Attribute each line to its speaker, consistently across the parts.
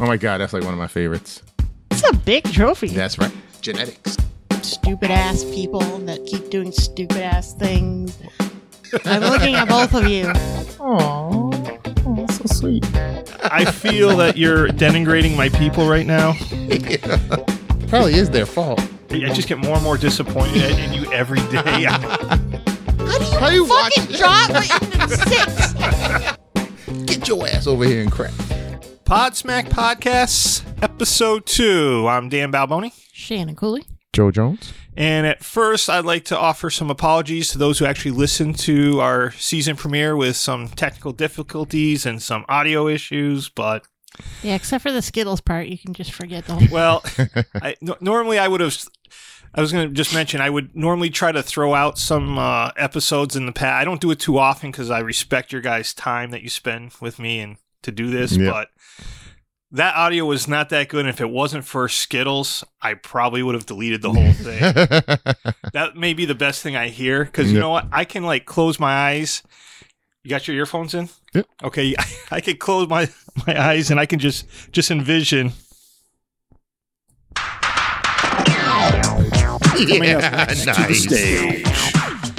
Speaker 1: Oh my god, that's like one of my favorites.
Speaker 2: It's a big trophy.
Speaker 1: That's right. Genetics.
Speaker 2: Stupid ass people that keep doing stupid ass things. I'm looking at both of you.
Speaker 1: Aww. Oh, that's so sweet.
Speaker 3: I feel that you're denigrating my people right now.
Speaker 1: Probably is their fault.
Speaker 3: I just get more and more disappointed in you every day.
Speaker 2: How do you
Speaker 1: How you watch
Speaker 2: fucking
Speaker 1: it?
Speaker 2: drop it in six?
Speaker 1: Get your ass over here and crap.
Speaker 3: Pod Smack Podcasts, Episode 2. I'm Dan Balboni.
Speaker 2: Shannon Cooley.
Speaker 1: Joe Jones.
Speaker 3: And at first, I'd like to offer some apologies to those who actually listened to our season premiere with some technical difficulties and some audio issues. But,
Speaker 2: Yeah, except for the Skittles part, you can just forget the whole.
Speaker 3: well, I, no, normally I would have. I was going to just mention I would normally try to throw out some uh, episodes in the past. I don't do it too often because I respect your guys' time that you spend with me and to do this.
Speaker 1: Yeah.
Speaker 3: But that audio was not that good. And if it wasn't for Skittles, I probably would have deleted the whole thing. that may be the best thing I hear because you
Speaker 1: Yeah.
Speaker 3: know what? I can like close my eyes. You got your earphones in?
Speaker 1: Yep.
Speaker 3: Okay, I can close my my eyes and I can just just envision.
Speaker 1: yeah, nice.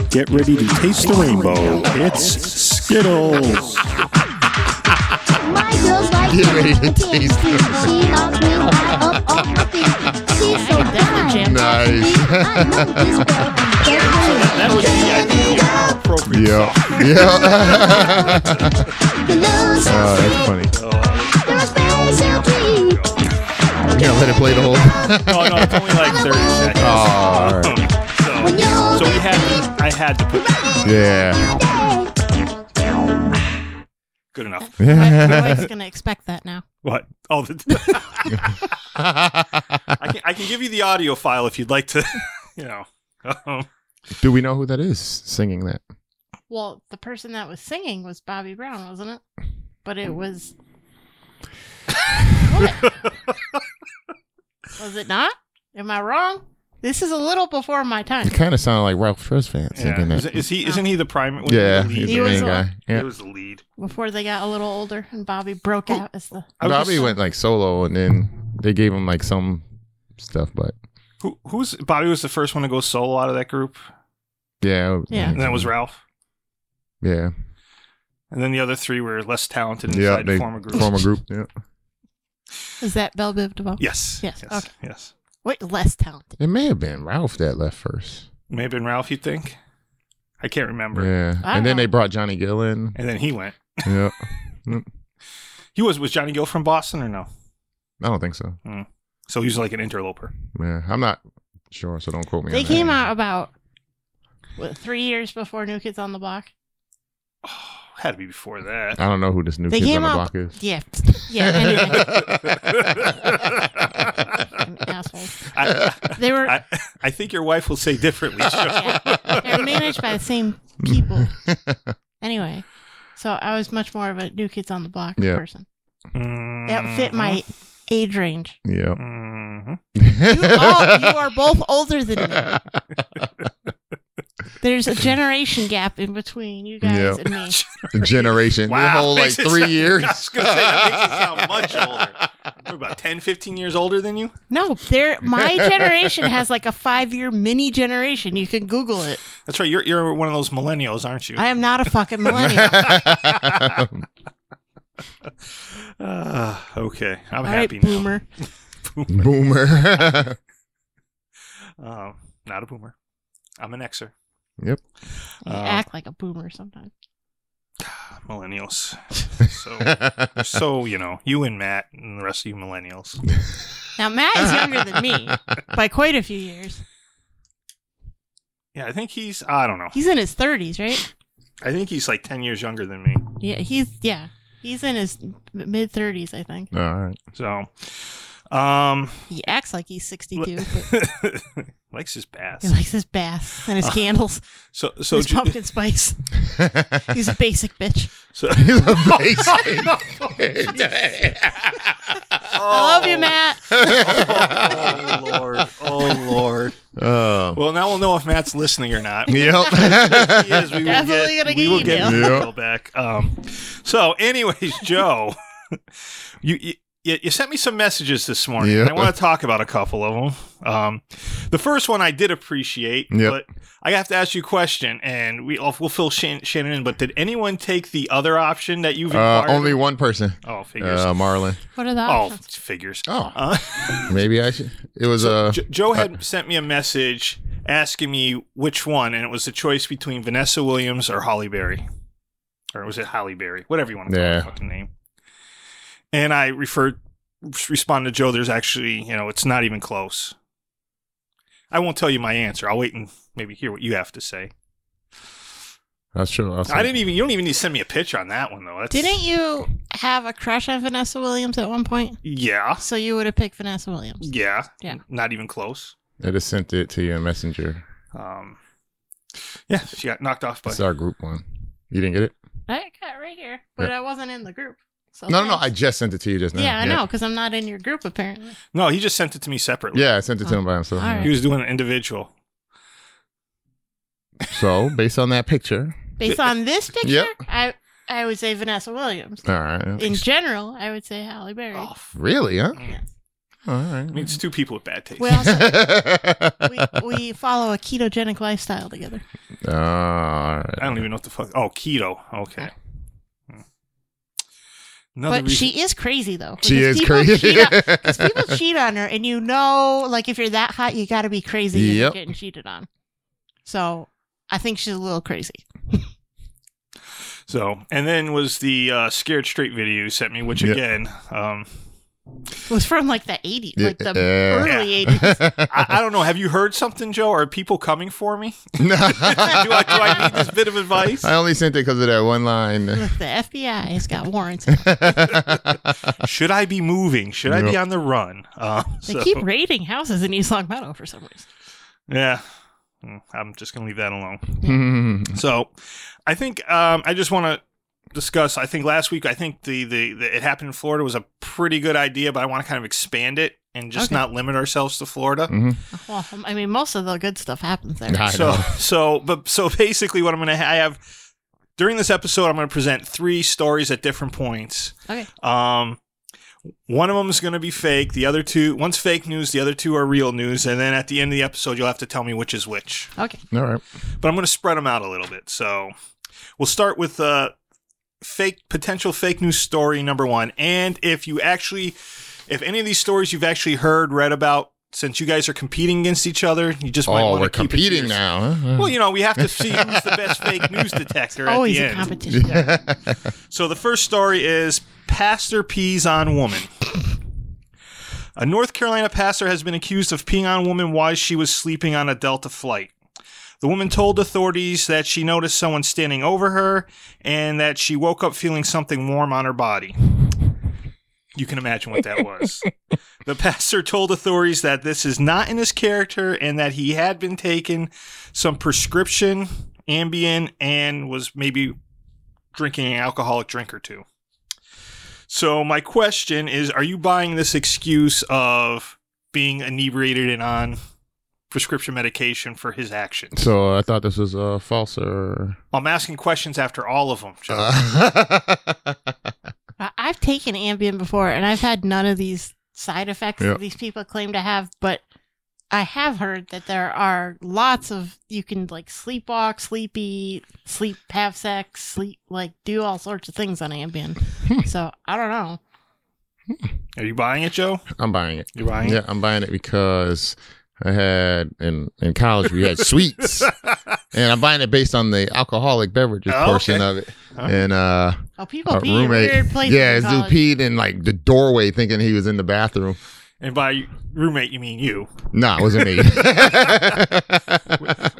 Speaker 4: Get ready to taste the rainbow. It's Skittles.
Speaker 5: My girls like
Speaker 1: Get ready to
Speaker 5: She
Speaker 1: taste
Speaker 5: knocks me right up off my feet. She's so
Speaker 2: Definitely
Speaker 5: fine.
Speaker 2: jam.
Speaker 1: Nice.
Speaker 5: I know this girl.
Speaker 3: That would be I think, the appropriate.
Speaker 1: Yeah. Yeah. oh, that's funny. You're gonna let it play the whole.
Speaker 3: No, no, it's only like thirty seconds.
Speaker 1: Oh, all right. Oh.
Speaker 3: So, so we had I had to put
Speaker 1: Yeah.
Speaker 3: good enough.
Speaker 2: My, my wife's gonna expect that now.
Speaker 3: What? Oh, the, I can I can give you the audio file if you'd like to. You know. Um,
Speaker 1: Do we know who that is singing that?
Speaker 2: Well, the person that was singing was Bobby Brown, wasn't it? But it was. What? was it not? Am I wrong? This is a little before my time.
Speaker 1: It kind of sounded like Ralph Tresvant
Speaker 3: yeah.
Speaker 1: singing
Speaker 3: Is,
Speaker 1: that.
Speaker 3: is he? Isn't he the prime? was he the
Speaker 1: yeah,
Speaker 3: lead?
Speaker 1: he's
Speaker 2: He
Speaker 1: the
Speaker 2: was
Speaker 1: main
Speaker 2: a-
Speaker 1: guy.
Speaker 3: He
Speaker 1: Yeah.
Speaker 3: was the lead.
Speaker 2: Before they got a little older and Bobby broke out as the.
Speaker 3: I was
Speaker 1: Bobby
Speaker 3: just-
Speaker 1: went like solo, and then they gave him like some stuff, but
Speaker 3: Who, who's Bobby was the first one to go solo out of that group,
Speaker 1: yeah,
Speaker 2: Yeah.
Speaker 3: and that
Speaker 1: Mm-hmm.
Speaker 3: was Ralph.
Speaker 1: yeah,
Speaker 3: And then the other three were less talented and
Speaker 1: yeah.
Speaker 3: decided
Speaker 1: They
Speaker 3: to form a group.
Speaker 1: Yeah,
Speaker 2: Is that Belle Biv DeVoe?
Speaker 3: Yes.
Speaker 2: Yes,
Speaker 3: Yes.
Speaker 2: okay.
Speaker 3: Yes.
Speaker 2: Wait, less talented.
Speaker 1: it may have been Ralph that left first.
Speaker 3: May have been Ralph. You think? I can't remember.
Speaker 1: Yeah,
Speaker 2: I
Speaker 1: and then
Speaker 2: know.
Speaker 1: they brought Johnny Gill in.
Speaker 3: And then he went.
Speaker 1: yeah,
Speaker 3: He was was Johnny Gill from Boston or no?
Speaker 1: I don't think so.
Speaker 3: So he was like an interloper.
Speaker 1: Yeah, I'm not sure, so don't quote me.
Speaker 2: They
Speaker 1: on
Speaker 2: came
Speaker 1: that.
Speaker 2: out about what, three years before New Kids on the Block.
Speaker 3: Oh, had to be before that.
Speaker 1: I don't know who this new
Speaker 2: They
Speaker 1: kid
Speaker 2: came
Speaker 1: on the
Speaker 2: out-
Speaker 1: block is.
Speaker 2: Yeah, yeah. Anyway, assholes.
Speaker 3: I,
Speaker 2: They were.
Speaker 3: I, I think your wife will say differently. so-
Speaker 2: yeah, they're managed by the same people. Anyway, so I was much more of a New Kids on the Block
Speaker 1: Yeah.
Speaker 2: person. That fit my age range.
Speaker 1: yeah.
Speaker 3: Mhm.
Speaker 2: You, all, you are both older than me. There's a generation gap in between you guys
Speaker 1: Yeah.
Speaker 2: and me.
Speaker 1: Generation. Wow.
Speaker 3: Wow,
Speaker 1: whole like
Speaker 3: makes it
Speaker 1: three
Speaker 3: sound-
Speaker 1: years.
Speaker 3: I was gonna say, that makes it sound much older. We're about 10, 15 years older than you.
Speaker 2: No, there. My generation has like a five-year mini generation. You can Google it.
Speaker 3: That's right. You're you're one of those millennials, aren't you?
Speaker 2: I am not a fucking millennial.
Speaker 3: Uh, okay, I'm
Speaker 2: All right,
Speaker 3: happy now.
Speaker 2: boomer.
Speaker 1: Boomer.
Speaker 3: Um, not a boomer. I'm an Xer.
Speaker 1: yep.
Speaker 2: You
Speaker 3: Uh,
Speaker 2: act like a boomer sometimes.
Speaker 3: Millennials. So so you know you and Matt and the rest of you millennials.
Speaker 2: Now Matt is younger than me by quite a few years.
Speaker 3: Yeah, I think he's. I don't know.
Speaker 2: He's in his thirties, right?
Speaker 3: I think he's like ten years younger than me.
Speaker 2: Yeah, he's yeah, he's in his mid thirties, I think.
Speaker 1: All right.
Speaker 3: So, um,
Speaker 2: He acts like he's sixty-two, but
Speaker 3: likes his
Speaker 2: he
Speaker 3: bass.
Speaker 2: likes his baths and his candles,
Speaker 3: So Uh, so
Speaker 2: his
Speaker 3: ju-
Speaker 2: pumpkin spice. He's a basic bitch.
Speaker 3: so.
Speaker 1: He's a basic.
Speaker 2: I love you, Matt.
Speaker 3: Oh lord! Oh lord!
Speaker 1: oh.
Speaker 3: Well, now we'll know if Matt's listening or not.
Speaker 1: Yep.
Speaker 3: Yes, we will
Speaker 2: Definitely
Speaker 3: get,
Speaker 2: gonna
Speaker 3: we
Speaker 2: get
Speaker 3: will get
Speaker 1: email.
Speaker 3: email back. Um, so, anyways, Joe, you, you you, you sent me some messages this morning.
Speaker 1: Yeah.
Speaker 3: and I want to talk about a couple of them. Um, the first one I did appreciate,
Speaker 1: Yep.
Speaker 3: but I have to ask you a question, and we I'll- we'll fill Shan- Shannon in. But did anyone take the other option that you've
Speaker 1: Uh,
Speaker 3: inquired?
Speaker 1: only one person.
Speaker 3: oh figures.
Speaker 1: Uh, Marlon.
Speaker 2: What are the
Speaker 3: oh
Speaker 2: options?
Speaker 3: figures.
Speaker 1: Oh,
Speaker 3: Uh,
Speaker 1: maybe I should. It was uh,
Speaker 3: Jo- Joe had sent me a message asking me which one, and it was a choice between Vanessa Williams or Holly Berry, or was it Holly Berry? Whatever you want to call
Speaker 1: Yeah.
Speaker 3: her fucking name. And I referred, responded to Joe. There's actually, you know, it's not even close. I won't tell you my answer. I'll wait and maybe hear what you have to say.
Speaker 1: that's true. I'll
Speaker 3: I
Speaker 1: say-
Speaker 3: didn't even. You don't even need to send me a picture on that one though. That's,
Speaker 2: Didn't you have a crush on Vanessa Williams at one point?
Speaker 3: Yeah.
Speaker 2: So you would have picked Vanessa Williams.
Speaker 3: Yeah.
Speaker 2: Yeah.
Speaker 3: Not even close.
Speaker 1: I just sent it to you in Messenger.
Speaker 3: Um. Yeah, she got knocked off by.
Speaker 1: It's our group one. You didn't get it?
Speaker 2: I got right here, but I wasn't in the group. So
Speaker 1: No, no, no. I
Speaker 2: thanks.
Speaker 1: just sent it to you just now.
Speaker 2: yeah, I know, because I'm not in your group apparently.
Speaker 3: No, he just sent it to me separately.
Speaker 1: Yeah, I sent it to him by himself.
Speaker 2: Oh. All
Speaker 3: He
Speaker 2: right.
Speaker 3: was doing an individual.
Speaker 1: So, based on that picture,
Speaker 2: Based on this picture,
Speaker 1: Yep.
Speaker 2: I I would say Vanessa Williams.
Speaker 1: all right.
Speaker 2: In general, I would say Halle Berry.
Speaker 3: Oh, f-
Speaker 1: really, huh?
Speaker 2: Yes.
Speaker 1: All right.
Speaker 3: I mean, it's two people with bad taste.
Speaker 2: We also we, we follow a ketogenic lifestyle together.
Speaker 1: all right.
Speaker 3: I don't even know what the fuck. Oh, keto. Okay. Hmm. Another
Speaker 2: But she is crazy though.
Speaker 1: She
Speaker 2: because
Speaker 1: is
Speaker 2: people
Speaker 1: crazy.
Speaker 2: cheat on- Because people cheat on her, and you know, like if you're that hot, you got to be crazy if you're
Speaker 1: Yep.
Speaker 2: getting cheated on. So I think she's a little crazy.
Speaker 3: so, and then was the uh, scared straight video you sent me, which
Speaker 1: Yeah.
Speaker 3: again, um,
Speaker 2: It was from like the 80s, like the
Speaker 1: Yeah. uh,
Speaker 2: early 80s.
Speaker 3: I, I don't know. Have you heard something, Joe? Are people coming for me?
Speaker 1: No.
Speaker 3: do, I, do I need this bit of advice?
Speaker 1: I only sent it because of that one line.
Speaker 2: Look, the FBI has got warrants.
Speaker 3: Should I be moving? Should I be on the run? Uh,
Speaker 2: They
Speaker 3: so-
Speaker 2: keep raiding houses in East Long Meadow for some reason.
Speaker 3: yeah. Mm, I'm just gonna leave that alone.
Speaker 1: Hmm.
Speaker 3: So, I think um, I just want to discuss. I think last week, I think the, the the it happened in Florida was a pretty good idea, but I want to kind of expand it and just
Speaker 2: Okay.
Speaker 3: not limit ourselves to Florida.
Speaker 1: Mhm.
Speaker 2: Well, I mean, most of the good stuff happens there.
Speaker 1: I
Speaker 3: So
Speaker 1: know.
Speaker 3: so but so basically, what I'm going to ha- I have during this episode, I'm going to present three stories at different points.
Speaker 2: Okay.
Speaker 3: Um, one of them is going to be fake. The other two, one's fake news. The other two are real news. And then at the end of the episode, you'll have to tell me which is which.
Speaker 2: Okay.
Speaker 1: All right.
Speaker 3: but I'm going to spread them out a little bit. So we'll start with uh, fake potential fake news story number one. And if you actually, if any of these stories you've actually heard, read about, since you guys are competing against each other, you just might
Speaker 1: Oh,
Speaker 3: want
Speaker 1: we're
Speaker 3: to keep it to
Speaker 1: competing
Speaker 3: yours-
Speaker 1: now. huh?
Speaker 3: Well, you know, we have to see who's the best fake news detector at
Speaker 2: Always
Speaker 3: the
Speaker 2: a
Speaker 3: end.
Speaker 2: competition.
Speaker 3: So the first story is pastor pees on woman. A North Carolina pastor has been accused of peeing on a woman while she was sleeping on a Delta flight. The woman told authorities that she noticed someone standing over her and that she woke up feeling something warm on her body. You can imagine what that was. the pastor told authorities that this is not in his character and that he had been taking some prescription Ambien and was maybe drinking an alcoholic drink or two. So my question is: Are you buying this excuse of being inebriated and on prescription medication for his actions?
Speaker 1: so I thought this was uh, false or.
Speaker 3: I'm asking questions after all of them.
Speaker 1: Uh-huh.
Speaker 3: Joe. Uh,
Speaker 2: I- I've taken Ambien before, and I've had none of these side effects
Speaker 1: Yeah.
Speaker 2: that these people claim to have. But I have heard that there are lots of you can like sleepwalk, sleepy, sleep, have sex, sleep, like do all sorts of things on Ambien. So I don't know.
Speaker 3: Are you buying it, Joe?
Speaker 1: I'm buying it.
Speaker 3: You buying
Speaker 1: Yeah, I'm buying it because I had in in college we had sweets, and I'm buying it based on the alcoholic beverages
Speaker 3: Oh,
Speaker 1: portion
Speaker 3: okay.
Speaker 1: of it.
Speaker 3: Huh.
Speaker 1: And uh,
Speaker 2: Oh, people
Speaker 1: a
Speaker 2: pee in
Speaker 1: roommate,
Speaker 2: weird places.
Speaker 1: yeah,
Speaker 2: in
Speaker 1: his dude
Speaker 2: college.
Speaker 1: peed in like the doorway, thinking he was in the bathroom.
Speaker 3: And by roommate, you mean you.
Speaker 1: Nah, it wasn't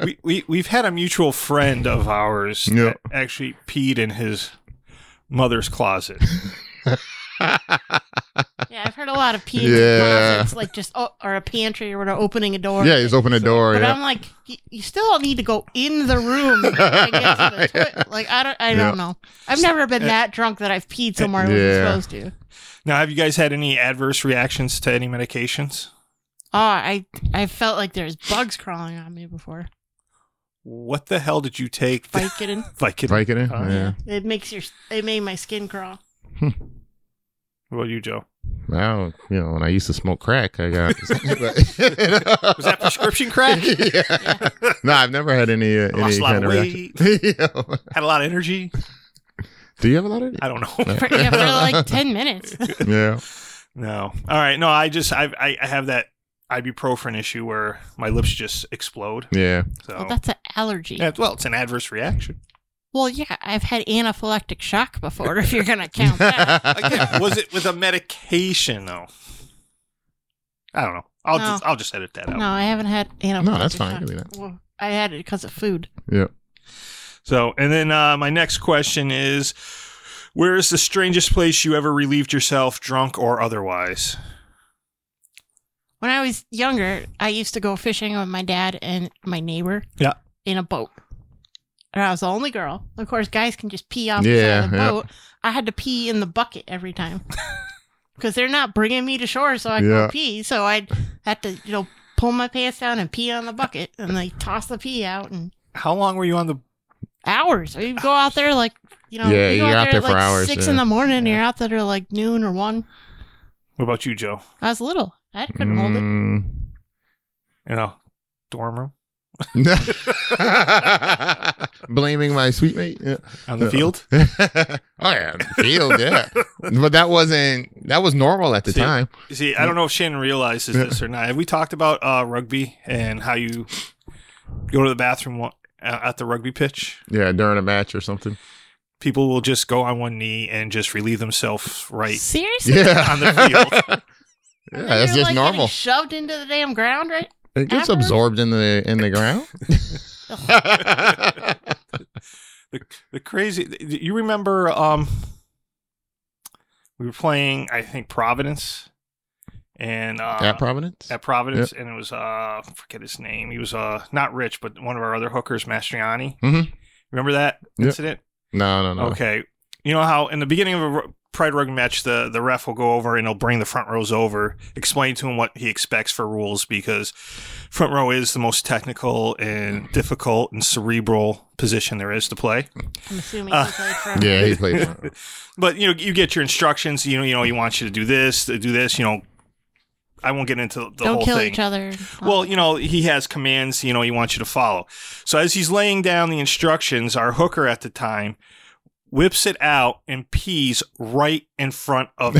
Speaker 1: me.
Speaker 3: we, we we've had a mutual friend of ours
Speaker 1: Yeah.
Speaker 3: that actually peed in his mother's closet.
Speaker 2: Yeah, I've heard a lot of pee
Speaker 1: Yeah.
Speaker 2: in closets, like just oh, or a pantry or whatever, opening a door.
Speaker 1: yeah, he's opening the door.
Speaker 2: But
Speaker 1: yeah.
Speaker 2: I'm like, y- you still don't need to go in the room and get to the toilet. Like I don't, I don't know. I've never been that drunk that I've peed somewhere I
Speaker 1: Uh, Yeah.
Speaker 2: wasn't supposed to.
Speaker 3: Now, have you guys had any adverse reactions to any medications?
Speaker 2: Oh, I, I felt like there's bugs crawling on me before.
Speaker 3: What the hell did you take? that-
Speaker 2: Vicodin.
Speaker 3: Vicodin.
Speaker 1: Viking it.
Speaker 3: Oh,
Speaker 1: yeah.
Speaker 2: It makes your, it made my skin crawl.
Speaker 3: What about you, Joe?
Speaker 1: Now, you know, when I used to smoke crack, I got.
Speaker 3: Was that prescription crack?
Speaker 1: yeah. No, I've never had any uh,
Speaker 3: I lost
Speaker 1: any
Speaker 3: a lot
Speaker 1: kind
Speaker 3: of
Speaker 1: of reaction. Yeah.
Speaker 3: Had a lot of energy.
Speaker 1: Do you have a lot of
Speaker 3: I don't know.
Speaker 2: For, yeah, for like 10 minutes.
Speaker 1: Yeah.
Speaker 3: No. All right. No, I just I I, I have that ibuprofen issue where my lips just explode.
Speaker 1: Yeah.
Speaker 3: So
Speaker 2: Well, that's an allergy.
Speaker 3: Yeah, well, it's an adverse reaction.
Speaker 2: Well, yeah, I've had anaphylactic shock before, if you're going to count that.
Speaker 3: Again, was it with a medication though? I don't know. I'll
Speaker 2: No.
Speaker 3: just I'll just edit that out.
Speaker 2: No, I haven't had anaphylactic
Speaker 1: No, that's fine.
Speaker 2: shock.
Speaker 1: Give me that.
Speaker 2: Well, I had it because of food.
Speaker 1: Yeah.
Speaker 3: So, and then uh, my next question is, where is the strangest place you ever relieved yourself, drunk or otherwise?
Speaker 2: When I was younger, I used to go fishing with my dad and my neighbor.
Speaker 3: Yeah.
Speaker 2: In a boat. And I was the only girl. Of course, guys can just pee off
Speaker 1: Yeah,
Speaker 2: the side of the
Speaker 1: yeah.
Speaker 2: boat. I had to pee in the bucket every time because they're not bringing me to shore, so I
Speaker 1: Yeah.
Speaker 2: go pee. So I had to, you know, pull my pants down and pee on the bucket, and they toss the pee out and
Speaker 3: How long were you on the?
Speaker 2: hours. You go out there like you know,
Speaker 1: Yeah,
Speaker 2: you go
Speaker 1: you're out there
Speaker 2: at,
Speaker 1: for
Speaker 2: like
Speaker 1: hours,
Speaker 2: Six
Speaker 1: yeah.
Speaker 2: in the morning, and you're out there till like noon or one.
Speaker 3: What about you, Joe?
Speaker 2: I was little. I couldn't hold
Speaker 3: Mm,
Speaker 2: it.
Speaker 3: You know, dorm room
Speaker 1: Mm. Blaming my sweet mate. Yeah.
Speaker 3: on the field.
Speaker 1: oh yeah, field. Yeah, but that wasn't that was normal at the
Speaker 3: See?
Speaker 1: time.
Speaker 3: You See, I don't know if Shannon realizes this or not. Have we talked about uh, rugby and how you go to the bathroom wa- uh, at the rugby pitch?
Speaker 1: Yeah, during a match or something.
Speaker 3: People will just go on one knee and just relieve themselves right
Speaker 2: Seriously?
Speaker 1: Yeah,
Speaker 3: on the field.
Speaker 1: yeah,
Speaker 2: And
Speaker 1: that's just
Speaker 2: you're, like, getting
Speaker 1: normal.
Speaker 2: Shoved into the damn ground, right?
Speaker 1: It gets
Speaker 2: after-
Speaker 1: absorbed in the in the ground.
Speaker 3: the the crazy. th- You remember? Um, we were playing, I think Providence, and uh,
Speaker 1: at Providence.
Speaker 3: at Providence, and it was uh, I forget his name. He was uh, not Rich, but one of our other hookers, Mastriani.
Speaker 1: Mhm.
Speaker 3: Remember that
Speaker 1: Yep.
Speaker 3: incident?
Speaker 1: no, no, no.
Speaker 3: Okay. You know how in the beginning of a r- Pride Rugby match, the, the ref will go over and he'll bring the front rows over, explain to him what he expects for rules because front row is the most technical and difficult and cerebral position there is to play.
Speaker 2: I'm assuming
Speaker 3: Uh,
Speaker 2: he played for
Speaker 1: Yeah, he played. for-
Speaker 3: But you know, you get your instructions. You know, you know, he wants you to do this, to do this. You know, I won't get into the
Speaker 2: Don't
Speaker 3: whole
Speaker 2: kill
Speaker 3: thing.
Speaker 2: each other.
Speaker 3: Well, you know, he has commands, you know, he wants you to follow. So as he's laying down the instructions, our hooker at the time whips it out and pees right in front of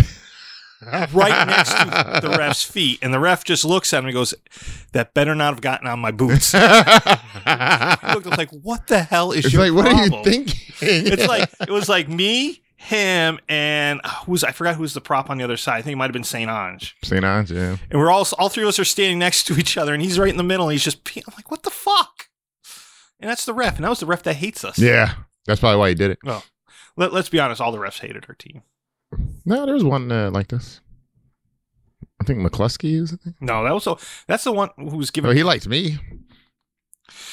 Speaker 3: right next to the ref's feet. And the ref just looks at him and goes, That better not have gotten on my boots. I looked at him like, what the hell is
Speaker 1: it's
Speaker 3: your
Speaker 1: like, what are you
Speaker 3: problem?"
Speaker 1: thinking?
Speaker 3: It's like it was like me, him, and uh, who's I forgot who's the prop on the other side. I think it might have been Saint Ange.
Speaker 1: St. Ange, yeah.
Speaker 3: And we're all all three of us are standing next to each other, and he's right in the middle. And he's just peeing. I'm like, what the fuck? And that's the ref, and that was the ref that hates us.
Speaker 1: Yeah, that's probably why he did it.
Speaker 3: Let, let's be honest, all the refs hated our team.
Speaker 1: No, there was one uh, like this. I think McCluskey is. I think.
Speaker 3: No, that was the, that's the one who was
Speaker 1: Oh,
Speaker 3: giving.
Speaker 1: he liked me.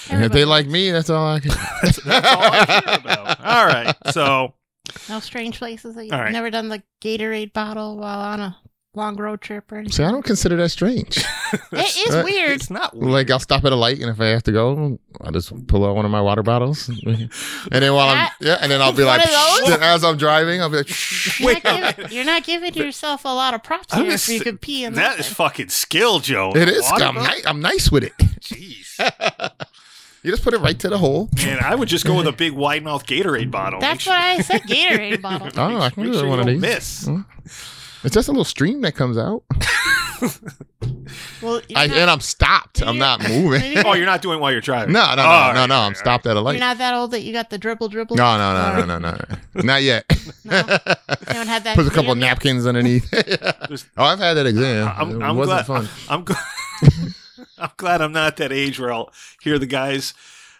Speaker 1: And if they like me, that's all I can.
Speaker 3: that's, that's all I care about. All right, so
Speaker 2: no strange places. That you've
Speaker 3: All right.
Speaker 2: never done the Gatorade bottle while on a long road trip or anything.
Speaker 1: See, I don't consider that strange.
Speaker 2: It is
Speaker 1: Uh,
Speaker 2: weird.
Speaker 3: it's not weird.
Speaker 1: like I'll stop at a light, and if I have to go, I'll just pull out one of my water bottles, and then while I'm
Speaker 2: That-
Speaker 1: yeah, and then I'll be like,
Speaker 2: One of those?
Speaker 1: then as I'm driving, I'll be like, "Shh."
Speaker 2: You're,
Speaker 3: Wait a
Speaker 2: not giving, you're not giving yourself a lot of props
Speaker 3: I'm
Speaker 2: here if
Speaker 3: just-
Speaker 2: you could pee in
Speaker 3: that
Speaker 2: that.
Speaker 3: is fucking skill, Joe.
Speaker 1: it is.
Speaker 3: Water
Speaker 1: I'm,
Speaker 3: bottle?
Speaker 1: ni- I'm nice with it.
Speaker 3: Jeez,
Speaker 1: You just put it right to the hole.
Speaker 3: man, I would just go with a big wide mouth Gatorade bottle.
Speaker 2: That's
Speaker 3: Make
Speaker 2: why I said Gatorade bottle.
Speaker 1: Oh, I
Speaker 3: sure-
Speaker 1: can
Speaker 3: make
Speaker 1: do
Speaker 3: sure
Speaker 1: one
Speaker 3: you
Speaker 1: of
Speaker 3: don't
Speaker 1: these.
Speaker 3: miss.
Speaker 1: It's just a little stream that comes out,
Speaker 2: Well, you're
Speaker 1: I,
Speaker 2: not-
Speaker 1: and I'm stopped. I'm not moving.
Speaker 2: maybe
Speaker 3: Oh, you're not doing it while you're
Speaker 1: No,
Speaker 3: driving.
Speaker 1: no, no,
Speaker 3: Oh,
Speaker 1: no,
Speaker 3: all
Speaker 1: no.
Speaker 3: right,
Speaker 1: I'm stopped at a
Speaker 2: You're
Speaker 1: light.
Speaker 2: not that old that you got the dribble dribble.
Speaker 1: No, no, no, no, no, no, no. not yet.
Speaker 2: You haven't had that.
Speaker 1: Put a couple
Speaker 2: exam yet?
Speaker 1: napkins underneath. Oh, I've had that exam.
Speaker 3: I'm,
Speaker 1: it
Speaker 3: I'm
Speaker 1: wasn't
Speaker 3: glad,
Speaker 1: fun.
Speaker 3: I'm, gl- I'm glad I'm not that age where I'll hear the guys,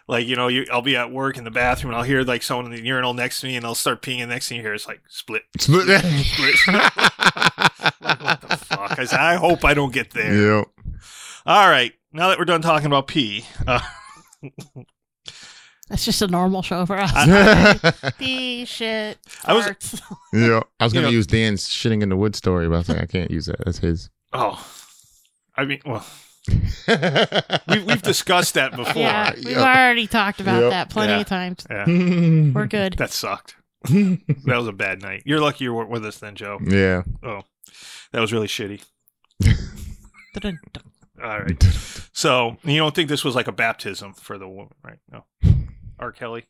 Speaker 3: like, you know, you, I'll be at work in the bathroom and I'll hear, like, someone in the urinal next to me and I'll start peeing. And next thing you hear is, like, split.
Speaker 1: Split
Speaker 3: split. like, what the fuck? I said, I hope I don't get there.
Speaker 1: yeah.
Speaker 3: All right. Now that we're done talking about pee, uh,
Speaker 2: That's just a normal show for us.
Speaker 1: yeah.
Speaker 2: Pee, shit,
Speaker 3: I was-
Speaker 2: farts.
Speaker 1: I was
Speaker 3: You
Speaker 1: going
Speaker 3: know-
Speaker 1: to use Dan's shitting in the wood story, but I was like, I can't use that. That's his.
Speaker 3: oh, I mean, well,
Speaker 1: we,
Speaker 3: we've, we've discussed that before.
Speaker 2: yeah, we've
Speaker 1: yeah.
Speaker 2: already talked about
Speaker 1: Yep.
Speaker 2: that plenty
Speaker 3: Yeah.
Speaker 2: of times.
Speaker 3: Yeah.
Speaker 1: we,
Speaker 2: We're good.
Speaker 3: That sucked. That was a bad night. You're lucky you weren't with us then, Joe.
Speaker 1: yeah.
Speaker 3: That was really shitty.
Speaker 2: Dun-dun.
Speaker 3: All right. So you don't think this was like a baptism for the woman, right? No. R. Kelly.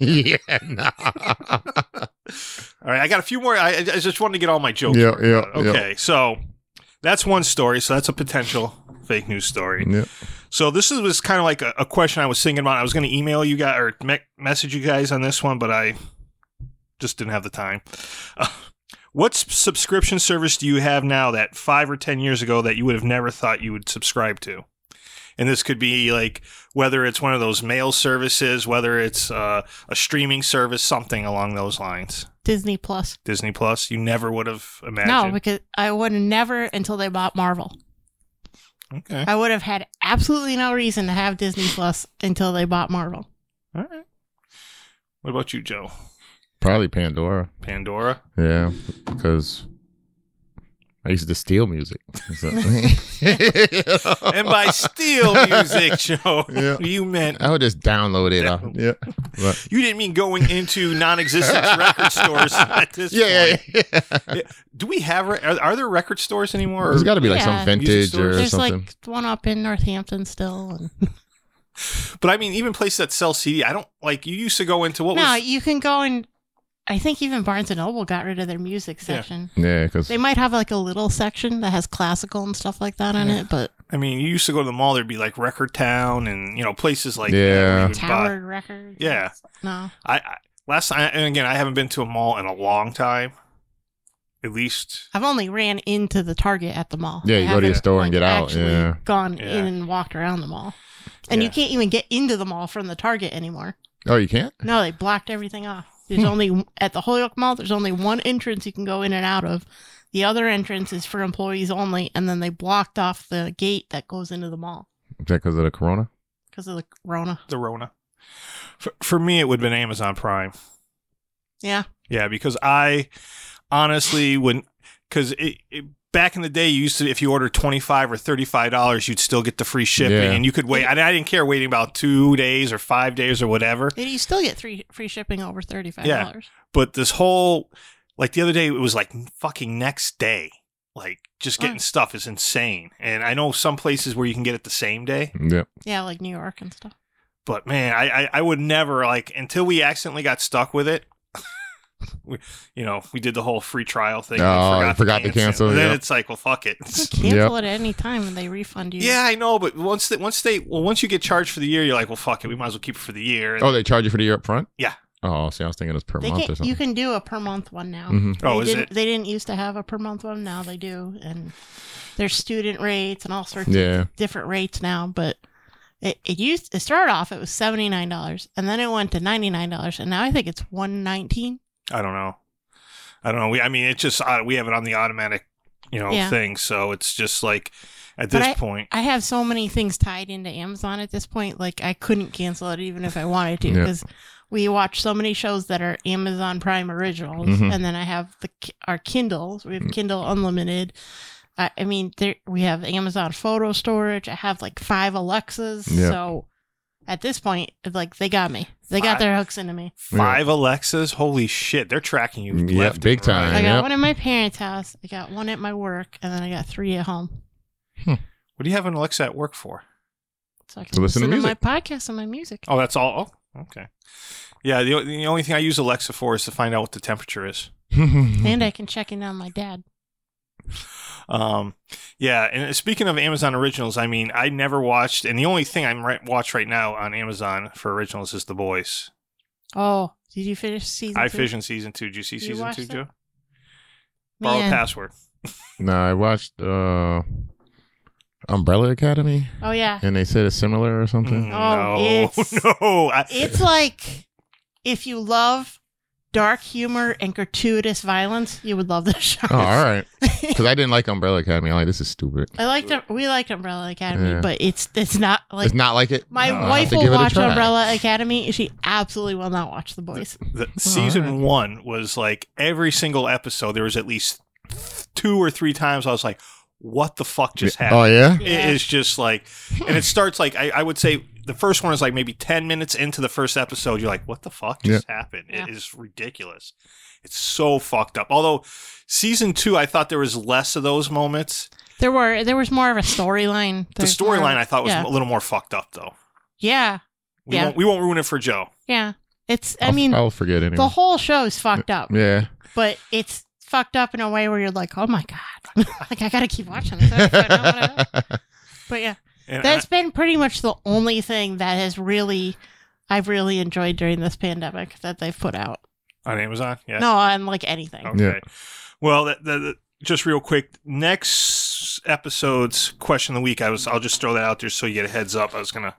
Speaker 1: yeah. No.
Speaker 3: All right. I got a few more. I, I just wanted to get all my jokes.
Speaker 1: Yeah, yeah,
Speaker 3: out. Okay. So that's one story. So that's a potential fake news story.
Speaker 1: yeah.
Speaker 3: So this is, was kind of like a, a question I was thinking about. I was going to email you guys or me- message you guys on this one, but I just didn't have the time. Uh, what s- subscription service do you have now that five or ten years ago that you would have never thought you would subscribe to? And this could be like whether it's one of those mail services, whether it's uh, a streaming service, something along those lines.
Speaker 2: Disney Plus.
Speaker 3: Disney Plus, you never would have
Speaker 2: No,
Speaker 3: imagined.
Speaker 2: because I would have never until they bought Marvel.
Speaker 3: okay.
Speaker 2: I would have had absolutely no reason to have Disney Plus until they bought Marvel.
Speaker 3: All right. What about you, Joe?
Speaker 1: Probably Pandora.
Speaker 3: Pandora?
Speaker 1: Yeah, because I used to steal music. So-
Speaker 3: and by steel music, Joe,
Speaker 1: Yeah.
Speaker 3: you meant
Speaker 1: I would just download it. off- Yeah. But-
Speaker 3: you didn't mean going into non-existent record stores at this
Speaker 1: yeah,
Speaker 3: point.
Speaker 1: yeah, yeah.
Speaker 3: Do we have re- are, are there record stores anymore?
Speaker 1: There's got to be like
Speaker 2: Yeah.
Speaker 1: some vintage
Speaker 3: Music
Speaker 1: or
Speaker 2: There's
Speaker 1: something.
Speaker 2: like one up in Northampton still. And
Speaker 3: but I mean, even places that sell CD, I don't like. You used to go into what
Speaker 2: no,
Speaker 3: was
Speaker 2: you can go and I think even Barnes and Noble got rid of their music
Speaker 3: Yeah.
Speaker 2: section.
Speaker 1: yeah, because
Speaker 2: They might have like a little section that has classical and stuff like that on it, but
Speaker 3: I mean, you used to go to the mall. There'd be like Record Town and you know places like
Speaker 1: Yeah.
Speaker 3: that where you would buy-
Speaker 2: Tower Records.
Speaker 3: Yeah.
Speaker 2: No.
Speaker 3: I, I last time, and again, I haven't been to a mall in a long time. At least
Speaker 2: I've only ran into the Target at the mall.
Speaker 1: Yeah,
Speaker 2: I
Speaker 1: you go to your
Speaker 2: haven't,
Speaker 1: store and get out,
Speaker 2: actually
Speaker 1: yeah.
Speaker 2: Gone
Speaker 3: Yeah.
Speaker 2: in and walked around the mall. And you
Speaker 3: Yeah.
Speaker 2: can't even get into the mall from the Target anymore.
Speaker 1: oh, you can't.
Speaker 2: No, they blocked everything off. There's only at the Holyoke Mall. There's only one entrance you can go in and out of. The other entrance is for employees only, and then they blocked off the gate that goes into the mall
Speaker 1: Is that because of the corona?
Speaker 2: because of the Rona.
Speaker 3: the Rona. For, for me, it would have been Amazon Prime.
Speaker 2: Yeah,
Speaker 3: Yeah, because I honestly wouldn't. Because it, it, back in the day, you used to if you ordered twenty five or thirty five dollars, you'd still get the free shipping,
Speaker 1: Yeah.
Speaker 3: and you could wait. And I didn't care waiting about two days or five days or whatever.
Speaker 2: And you still get three free shipping over thirty five dollars.
Speaker 3: But this whole like the other day, it was like fucking next day. Like just getting
Speaker 2: Mm.
Speaker 3: stuff is insane, and I know some places where you can get it the same day.
Speaker 1: Yeah.
Speaker 2: Yeah. like New York and stuff.
Speaker 3: But man, I I, I would never like until we accidentally got stuck with it. we, you know, we did the whole free trial thing. and
Speaker 1: Oh, forgot to cancel,
Speaker 3: And then
Speaker 1: yeah.
Speaker 3: it's like, well, fuck it.
Speaker 2: You can cancel it at any time and they refund you.
Speaker 3: Yeah, I know, but once they, once they well once you get charged for the year, you're like, well, fuck it, we might as well keep it for the year.
Speaker 1: Oh, they charge you for the year up front.
Speaker 3: Yeah.
Speaker 1: Oh, see, I was thinking it's per
Speaker 2: they
Speaker 1: month or
Speaker 2: can. You
Speaker 1: something.
Speaker 2: can do a per month one now.
Speaker 1: hmm
Speaker 3: oh,
Speaker 2: they
Speaker 3: is
Speaker 2: didn't,
Speaker 3: it?
Speaker 2: They didn't used to have a per month one. Now they do, and there's student rates and all sorts of
Speaker 1: Yeah.
Speaker 2: different rates now, but it, it used it started off it was seventy nine dollars and then it went to ninety nine dollars and now I think it's one nineteen.
Speaker 3: I don't know. I don't know. We I mean, it's just uh, we have it on the automatic, you know,
Speaker 2: Yeah.
Speaker 3: thing. So it's just like at
Speaker 2: But
Speaker 3: this point,
Speaker 2: I have so many things tied into Amazon at this point, like I couldn't cancel it even if I wanted to
Speaker 1: Yeah.
Speaker 2: because we watch so many shows that are Amazon Prime originals,
Speaker 1: Mhm.
Speaker 2: and then I have the Ki- our Kindles. We
Speaker 1: Mm.
Speaker 2: have Kindle Unlimited. I, I mean, there we have Amazon Photo Storage. I have like five Alexas,
Speaker 1: Yeah.
Speaker 2: so at this point, like they got me. They got
Speaker 3: Five?
Speaker 2: their hooks into me.
Speaker 3: five Alexas, holy shit, they're tracking you.
Speaker 1: Mm, Yeah,
Speaker 3: left
Speaker 1: big
Speaker 3: and right.
Speaker 1: time.
Speaker 2: I got
Speaker 1: Yep.
Speaker 2: one at my parents' house. I got one at my work, and then I got three at home.
Speaker 3: What do you have an Alexa at work for?
Speaker 2: So I can
Speaker 1: To listen to music.
Speaker 2: my podcast and my music.
Speaker 3: Oh, that's all. Oh, okay. Yeah, the, o- the only thing I use Alexa for is to find out what the temperature is.
Speaker 2: And I can check in on my dad.
Speaker 3: Um, yeah, and speaking of Amazon originals, I mean, I never watched, and the only thing I'm right, watch right now on Amazon for originals is The Boys.
Speaker 2: Oh, did you finish season
Speaker 3: I
Speaker 2: two?
Speaker 3: Vision season two. Did you see
Speaker 2: You
Speaker 3: season
Speaker 2: watched
Speaker 3: two,
Speaker 2: it?
Speaker 3: Joe? Borrow
Speaker 2: Man.
Speaker 3: password.
Speaker 1: no, I watched uh, Umbrella Academy,
Speaker 2: Oh, yeah.
Speaker 1: and they said it's similar or something.
Speaker 3: Mm,
Speaker 2: Oh, it's-
Speaker 3: no, no. I,
Speaker 2: It's like if you love dark humor and gratuitous violence, you would love this
Speaker 3: Mm-hmm.
Speaker 2: show.
Speaker 1: Oh, all right. Because I didn't like Umbrella Academy. I'm like, this is stupid.
Speaker 2: I liked it. We liked Umbrella Academy,
Speaker 1: Yeah.
Speaker 2: but it's it's not like
Speaker 1: it's not like it.
Speaker 2: my
Speaker 1: I'll have
Speaker 2: wife
Speaker 1: to
Speaker 2: will
Speaker 1: give it a
Speaker 2: watch
Speaker 1: try.
Speaker 2: Umbrella Academy. She absolutely will not watch The Boys.
Speaker 3: the, season
Speaker 1: alright.
Speaker 3: one was like every single episode. There was at least two or three times I was like, "What the fuck just happened?"
Speaker 1: Oh yeah.
Speaker 3: It is just like, and it starts like I, I would say the first one is like maybe 10 minutes into the first episode. You're like, what the fuck just happened?
Speaker 2: Yeah.
Speaker 3: It is ridiculous. It's so fucked up. Although season two, I thought there was less of those moments.
Speaker 2: There were there was more of a storyline.
Speaker 3: The
Speaker 2: There's more-
Speaker 3: storyline I thought was
Speaker 2: yeah.
Speaker 3: a little more fucked up, though.
Speaker 2: Yeah,
Speaker 3: We,
Speaker 2: Yeah.
Speaker 3: won't, we won't ruin it for Joe.
Speaker 2: yeah. It's I
Speaker 1: I'll-
Speaker 2: mean
Speaker 1: I'll forget anyway.
Speaker 2: the whole show's fucked up,
Speaker 1: yeah.
Speaker 2: but it's fucked up in a way where you're like, oh my god, like I gotta keep watching this. episode, no matter what. but yeah,
Speaker 3: And I-
Speaker 2: that's been pretty much the only thing that has really I've really enjoyed during this pandemic that they've put out.
Speaker 3: on Amazon, yeah.
Speaker 2: No, on like anything.
Speaker 3: Okay. Well, that, that, that- just real quick, next episode's question of the week. I was I'll just throw that out there so you get a heads up. I was gonna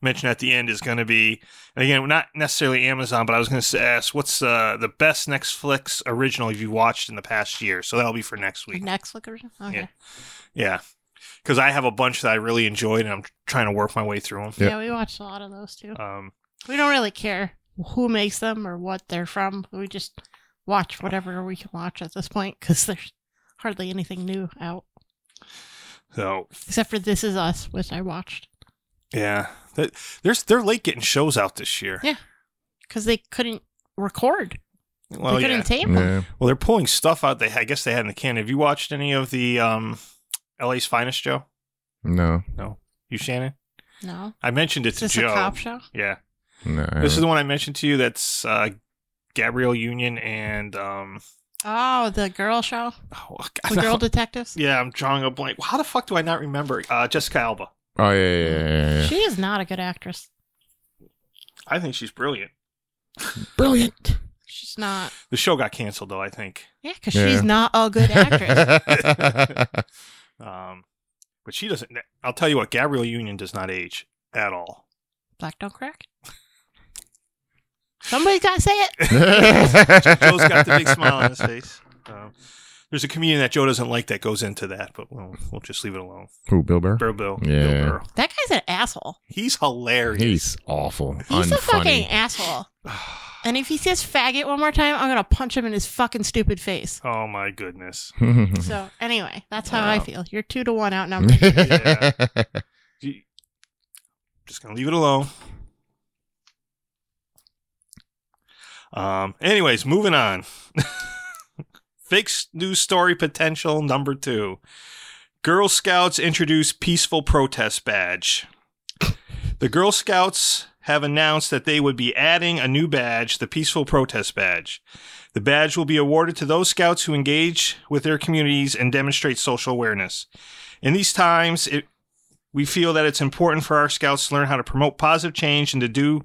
Speaker 3: mention at the end is gonna be and again not necessarily Amazon, but I was gonna s- ask what's uh, the best Netflix original you've watched in the past year. So that'll be for next week.
Speaker 2: Next look original? Okay.
Speaker 3: Yeah. Yeah, because I have a bunch that I really enjoyed, and I'm trying to work my way through them.
Speaker 1: Yeah.
Speaker 2: yeah, we watched a lot of those too.
Speaker 3: Um,
Speaker 2: We don't really care who makes them or what they're from. We just watch whatever we can watch at this point because there's hardly anything new out
Speaker 3: so
Speaker 2: except for This Is Us, which I watched
Speaker 3: yeah, that, there's they're late getting shows out this year.
Speaker 2: Yeah. because they couldn't record.
Speaker 3: Well,
Speaker 2: they
Speaker 3: yeah.
Speaker 2: couldn't tape them.
Speaker 1: Yeah.
Speaker 3: Well, they're pulling stuff out. They, I guess they had in the can. Have you watched any of the um, L.A.'s Finest, Joe?
Speaker 1: No.
Speaker 3: You, Shannon?
Speaker 2: No,
Speaker 3: I mentioned it
Speaker 2: is
Speaker 3: to
Speaker 2: this
Speaker 3: Joe.
Speaker 2: a cop show?
Speaker 3: Yeah,
Speaker 1: No. I
Speaker 3: this is
Speaker 1: haven't.
Speaker 3: the one I mentioned to you. That's uh, Gabrielle Union and um,
Speaker 2: Oh, the girl show,
Speaker 3: oh,
Speaker 2: the
Speaker 3: God,
Speaker 2: girl detectives.
Speaker 3: yeah, I'm drawing a blank. How the fuck do I not remember? Uh, Jessica Alba.
Speaker 1: oh yeah, yeah, yeah, yeah, yeah.
Speaker 2: She is not a good actress.
Speaker 3: I think she's brilliant.
Speaker 1: Brilliant.
Speaker 2: She's not.
Speaker 3: The show got canceled though. I think.
Speaker 2: Yeah, because
Speaker 1: Yeah.
Speaker 2: she's not a good actress.
Speaker 1: actress.
Speaker 3: Um, but she doesn't. I'll tell you what. Gabrielle Union does not age at all.
Speaker 2: Black don't crack. Somebody's got to say it.
Speaker 3: Joe's got the big smile on his face. Um, there's a comedian that Joe doesn't like that goes into that, but we'll, we'll just leave it alone.
Speaker 1: Who, Bill Burr?
Speaker 3: Bill, Bill, Bill
Speaker 1: Yeah.
Speaker 3: Burr.
Speaker 2: That guy's an asshole.
Speaker 3: He's hilarious.
Speaker 1: He's awful.
Speaker 2: He's
Speaker 1: Unfunny.
Speaker 2: a fucking asshole. And if he says faggot one more time, I'm gonna punch him in his fucking stupid face.
Speaker 3: oh my goodness.
Speaker 1: Mm-hmm.
Speaker 2: So anyway, that's how I
Speaker 3: Wow.
Speaker 2: feel. You're two to one outnumbered.
Speaker 3: Gee. Just gonna leave it alone. Um. Anyways, moving on. Fake s- news story potential number two. Girl Scouts introduce peaceful protest badge. The Girl Scouts have announced that they would be adding a new badge, the Peaceful Protest Badge. The badge will be awarded to those scouts who engage with their communities and demonstrate social awareness. In these times, it, we feel that it's important for our scouts to learn how to promote positive change and to do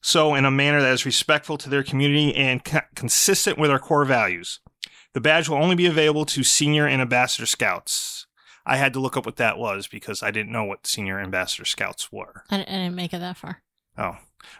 Speaker 3: so in a manner that is respectful to their community and co- consistent with our core values. The badge will only be available to senior and ambassador scouts. I had to look up what that was because I didn't know what senior ambassador scouts were.
Speaker 2: I, didn't- I didn't make it that far.
Speaker 3: Oh,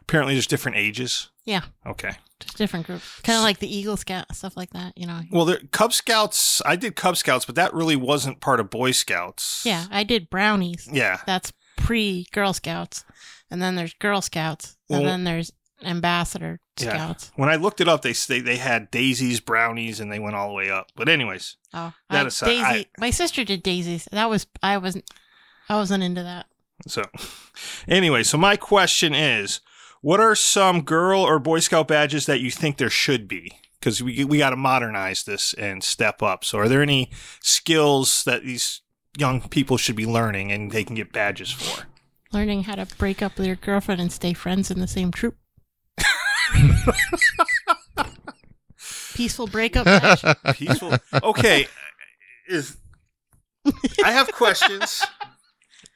Speaker 3: apparently there's different ages.
Speaker 2: Yeah.
Speaker 3: Okay.
Speaker 2: Just different group, kind of like the Eagle Scout stuff like that. You know.
Speaker 3: Well, there, Cub Scouts, I did Cub Scouts, but that really wasn't part of Boy Scouts.
Speaker 2: Yeah, I did brownies.
Speaker 3: Yeah.
Speaker 2: That's pre Girl Scouts, and then there's Girl Scouts, and
Speaker 3: Well-
Speaker 2: then there's Ambassador
Speaker 3: Yeah.
Speaker 2: Scouts.
Speaker 3: When I looked it up, they they, they had daisies, brownies, and they went all the way up. But anyways,
Speaker 2: Oh,
Speaker 3: That
Speaker 2: I-
Speaker 3: aside,
Speaker 2: Daisy.
Speaker 3: I-
Speaker 2: my sister did daisies. That was I wasn't. I wasn't into that.
Speaker 3: so anyway, so my question is, what are some girl or Boy Scout badges that you think there should be? Because we we got to modernize this and step up. So, are there any skills that these young people should be learning and they can get badges for?
Speaker 2: Learning how to break up with your girlfriend and stay friends in the same troop. Peaceful breakup. Match.
Speaker 3: Peaceful. Okay, is I have questions.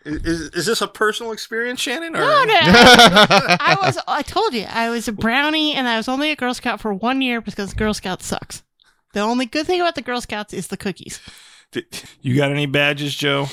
Speaker 3: Is, is, is this a personal experience, Shannon? Or?
Speaker 2: No, no. I was. I told you, I was a brownie, and I was only a Girl Scout for one year because Girl Scout sucks. The only good thing about the Girl Scouts is the cookies.
Speaker 3: Did- You got any badges, Joe?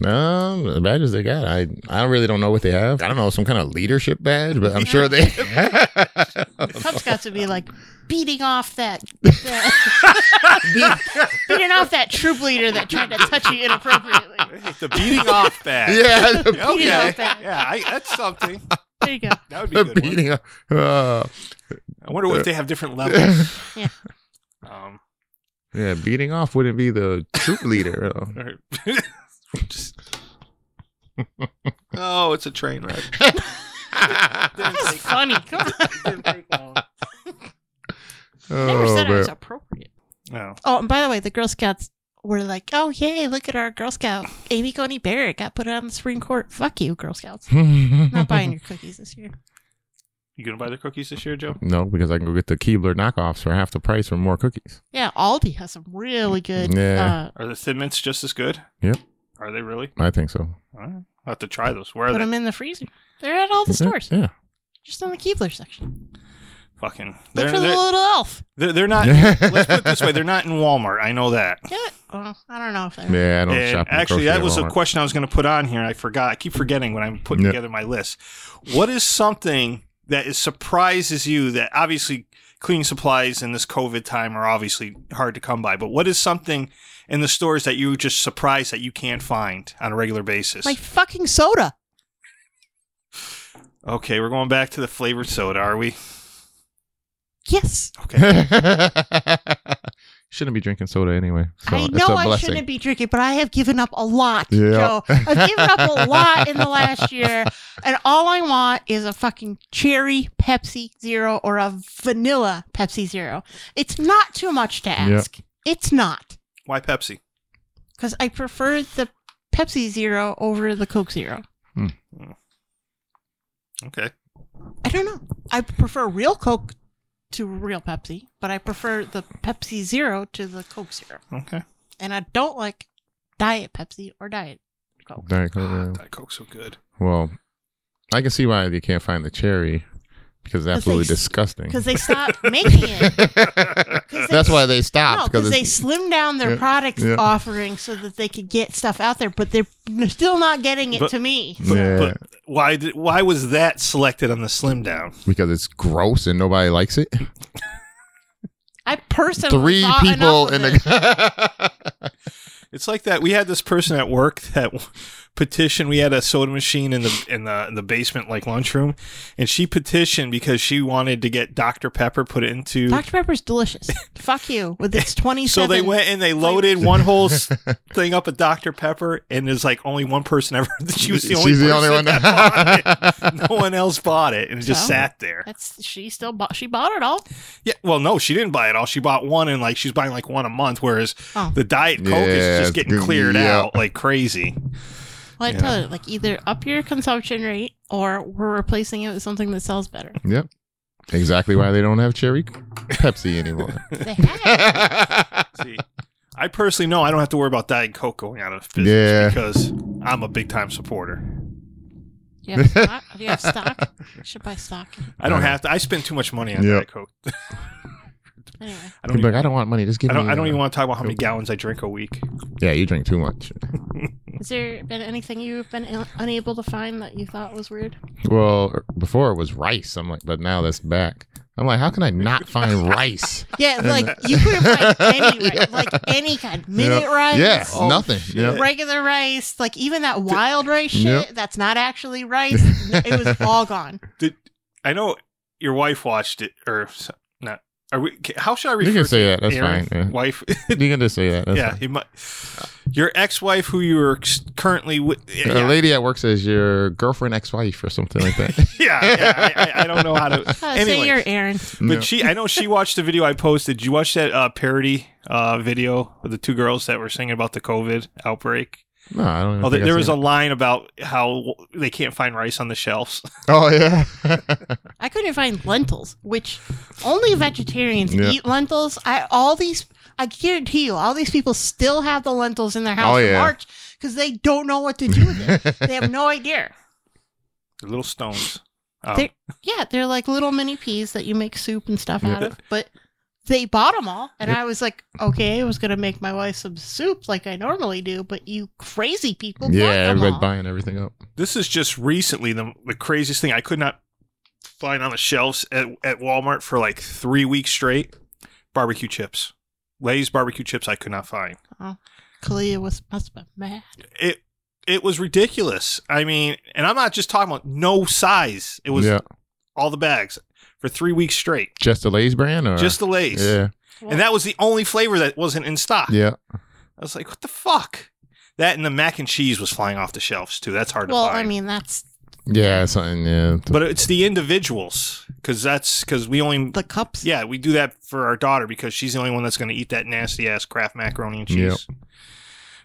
Speaker 1: No, the badges they got. I I really don't know what they have. I don't know some kind of leadership badge, but I'm sure they.
Speaker 2: Cub Scouts would be like beating off that, that- beating off that troop leader that tried to touch you inappropriately.
Speaker 3: The beating off badge.
Speaker 1: yeah, the,
Speaker 3: Okay.
Speaker 2: Beating off badge.
Speaker 3: Yeah, I, that's something.
Speaker 2: There you go.
Speaker 3: That would be a
Speaker 1: the
Speaker 3: good. one.
Speaker 1: beating. Uh,
Speaker 3: I wonder if they have different levels.
Speaker 2: Yeah.
Speaker 3: Um,
Speaker 1: yeah, beating off wouldn't be the troop leader. uh,
Speaker 3: or- just Oh, it's a train wreck.
Speaker 2: It's funny. Come on. Never
Speaker 1: oh,
Speaker 2: said it
Speaker 1: man.
Speaker 2: was appropriate.
Speaker 3: No.
Speaker 2: Oh, and by the way, the Girl Scouts were like, "Oh yay, look at our Girl Scout Amy Coney Barrett got put on the Supreme Court." Fuck you, Girl Scouts. Not buying your cookies this year.
Speaker 3: You gonna buy the cookies this year, Joe?
Speaker 1: No, because I can go get the Keebler knockoffs for half the price or more cookies.
Speaker 2: Yeah, Aldi has some really good.
Speaker 1: Yeah.
Speaker 2: Uh,
Speaker 3: Are the Thin Mints just as good?
Speaker 1: Yep.
Speaker 3: Are they really?
Speaker 1: I think so.
Speaker 3: All right. I'll have to try those. Where are
Speaker 2: put
Speaker 3: they?
Speaker 2: them in the freezer. They're at all the stores,
Speaker 1: Yeah.
Speaker 2: just on the Keebler section.
Speaker 3: Fucking.
Speaker 2: Look
Speaker 3: They're,
Speaker 2: for the
Speaker 3: they're,
Speaker 2: little elf.
Speaker 3: they're, they're not.
Speaker 1: Yeah.
Speaker 3: let's put it this way. They're not in Walmart. I know that.
Speaker 2: Yeah. Well, I don't know if they're.
Speaker 1: Yeah, I don't
Speaker 3: And
Speaker 1: shop. in the
Speaker 3: actually,
Speaker 1: grocery
Speaker 3: that
Speaker 1: at
Speaker 3: was a
Speaker 1: Walmart.
Speaker 3: question I was going to put on here. I forgot. I keep forgetting when I'm putting
Speaker 1: Yeah.
Speaker 3: together my list. What is something that is surprises you that obviously cleaning supplies in this COVID time are obviously hard to come by, but what is something in the stores that you were just surprised that you can't find on a regular basis?
Speaker 2: My fucking soda.
Speaker 3: okay, we're going back to the flavored soda, are we?
Speaker 2: Yes.
Speaker 3: Okay.
Speaker 1: shouldn't be drinking soda anyway. So
Speaker 2: I
Speaker 1: it's
Speaker 2: know
Speaker 1: a
Speaker 2: I
Speaker 1: blessing.
Speaker 2: shouldn't be drinking, but I have given up a lot,
Speaker 1: Yeah.
Speaker 2: Joe. I've given up a lot in the last year, and all I want is a fucking cherry Pepsi Zero or a vanilla Pepsi Zero. It's not too much to ask. It's not
Speaker 3: Why Pepsi?
Speaker 2: because I prefer the Pepsi Zero over the Coke Zero.
Speaker 3: Okay.
Speaker 2: I don't know. I prefer real Coke to real Pepsi, but I prefer the Pepsi Zero to the Coke Zero,
Speaker 3: Okay.
Speaker 2: and I don't like Diet Pepsi or Diet Coke.
Speaker 1: Diet Coke,
Speaker 3: Ah,
Speaker 1: yeah.
Speaker 3: Diet Coke's so good.
Speaker 1: Well, I can see why you can't find the cherry because it's
Speaker 2: 'Cause they
Speaker 1: absolutely
Speaker 2: s-
Speaker 1: disgusting.
Speaker 2: Because they stopped making it. they-
Speaker 1: That's why they
Speaker 2: No,
Speaker 1: stopped.
Speaker 2: because they
Speaker 1: it's-
Speaker 2: slimmed down their
Speaker 1: Yeah,
Speaker 2: product
Speaker 1: yeah.
Speaker 2: offering so that they could get stuff out there, but they're n- still not getting it
Speaker 3: But-
Speaker 2: to me.
Speaker 1: yeah,
Speaker 3: But why did, why was that selected on the slim down?
Speaker 1: because it's gross and nobody likes it.
Speaker 2: I personally
Speaker 1: Three
Speaker 2: bought enough
Speaker 1: people
Speaker 2: of
Speaker 1: in
Speaker 2: it.
Speaker 1: the.
Speaker 3: It's like that. We had this person at work that petitioned. We had a soda machine in the in the in the basement, like lunchroom, and she petitioned because she wanted to get Dr Pepper put into.
Speaker 2: Dr Pepper's delicious. Fuck you with its twenty.
Speaker 3: so they went and they loaded one whole s- thing up of Dr Pepper, and there's like only one person ever. She was the only.
Speaker 1: She's
Speaker 3: person
Speaker 1: the only one.
Speaker 3: That bought it. no one else bought it, and it just
Speaker 2: So?
Speaker 3: sat there.
Speaker 2: That's she still bought. She bought it all.
Speaker 3: Yeah. Well, no, she didn't buy it all. She bought one, and like she's buying like one a month, whereas
Speaker 2: Oh.
Speaker 3: the Diet Coke
Speaker 1: Yeah,
Speaker 3: is
Speaker 1: it's
Speaker 3: just getting
Speaker 1: good-
Speaker 3: cleared
Speaker 1: yeah.
Speaker 3: out like crazy.
Speaker 2: Well, I
Speaker 3: Yeah.
Speaker 2: tell you, like either up your consumption rate or we're replacing it with something that sells better.
Speaker 1: yep. Exactly why they don't have cherry Pepsi anymore.
Speaker 2: They had
Speaker 3: See, I personally know I don't have to worry about Diet Coke going out of business
Speaker 1: Yeah.
Speaker 3: because I'm a big time supporter.
Speaker 2: Do you have stock? Do you have stock? You should buy stock.
Speaker 3: I don't
Speaker 1: Yeah.
Speaker 3: have to. I spend too much money on
Speaker 1: Yeah.
Speaker 3: Diet Coke.
Speaker 2: Anyway,
Speaker 3: I don't.
Speaker 1: People
Speaker 3: Even,
Speaker 1: are like, I don't want money. Just give
Speaker 3: I don't.
Speaker 1: me.
Speaker 3: I don't
Speaker 1: uh,
Speaker 3: even want to talk about how many gallons I drink a week.
Speaker 1: Yeah, you drink too much.
Speaker 2: has there been anything you've been un- unable to find that you thought was weird?
Speaker 1: Well, before it was rice. I'm like, but now that's back. I'm like, how can I not find rice?
Speaker 2: Yeah, like you could have like any rice, like any kind, minute
Speaker 1: Yeah.
Speaker 2: rice,
Speaker 1: Yeah,
Speaker 3: Oh,
Speaker 1: nothing.
Speaker 3: shit.
Speaker 1: Yeah.
Speaker 2: regular rice, like even that wild rice shit
Speaker 1: Yep.
Speaker 2: that's not actually rice. it was all gone.
Speaker 3: Did I know your wife watched it or so- not? Are we? ca- How should I refer?
Speaker 1: You can say that.
Speaker 3: to
Speaker 1: That's
Speaker 3: Aaron?
Speaker 1: fine. Yeah.
Speaker 3: Wife.
Speaker 1: You can just say that. That's
Speaker 3: yeah.
Speaker 1: fine.
Speaker 3: He might. Your ex-wife, who you are currently with. Yeah.
Speaker 1: A
Speaker 3: Yeah.
Speaker 1: lady at work says your girlfriend, ex-wife, or something like that.
Speaker 3: yeah, I, I, I don't know how to.
Speaker 2: Uh,
Speaker 3: Anyways.
Speaker 2: Say you're Aaron.
Speaker 1: Yeah.
Speaker 3: But she, I know she watched the video I posted. Did you watch that uh, parody uh, video of the two girls that were singing about the COVID outbreak?
Speaker 1: no, I don't. Even
Speaker 3: Oh,
Speaker 1: think
Speaker 3: there,
Speaker 1: I
Speaker 3: there was a
Speaker 1: seen
Speaker 3: line about how they can't find rice on the shelves.
Speaker 1: it. Oh yeah.
Speaker 2: I couldn't find lentils, which only vegetarians
Speaker 1: Yeah.
Speaker 2: eat lentils. I all these I guarantee you, all these people still have the lentils in their house
Speaker 1: Oh,
Speaker 2: in
Speaker 1: yeah.
Speaker 2: March because they don't know what to do with it. they have no idea.
Speaker 3: They're little stones. Um,
Speaker 2: They're, yeah, they're like little mini peas that you make soup and stuff out
Speaker 1: Yeah.
Speaker 2: of. But they bought them all, and I was like, okay, I was gonna make my wife some soup like I normally do, but you crazy people,
Speaker 1: yeah,
Speaker 2: bought them
Speaker 1: everybody's
Speaker 2: all.
Speaker 1: buying everything up.
Speaker 3: this is just recently the, the craziest thing I could not find on the shelves at, at Walmart for like three weeks straight. Barbecue chips, Lay's barbecue chips, I could not find.
Speaker 2: Kalia was must have been mad.
Speaker 3: It it was ridiculous. I mean, and I'm not just talking about no size. It was
Speaker 1: yeah,
Speaker 3: all the bags for three weeks straight.
Speaker 1: just the Lay's brand, or
Speaker 3: Just the Lay's.
Speaker 1: Uh, yeah,
Speaker 2: Well,
Speaker 3: And that was the only flavor that wasn't in stock.
Speaker 1: yeah.
Speaker 3: I was like, what the fuck? That and the mac and cheese was flying off the shelves too. That's hard
Speaker 2: Well,
Speaker 3: to find.
Speaker 2: I mean, that's
Speaker 1: Yeah, something. Yeah,
Speaker 3: but it's the individuals because that's because we only
Speaker 2: the cups.
Speaker 3: yeah we do that for our daughter because she's the only one that's going to eat that nasty ass Kraft macaroni and
Speaker 1: Yep.
Speaker 3: cheese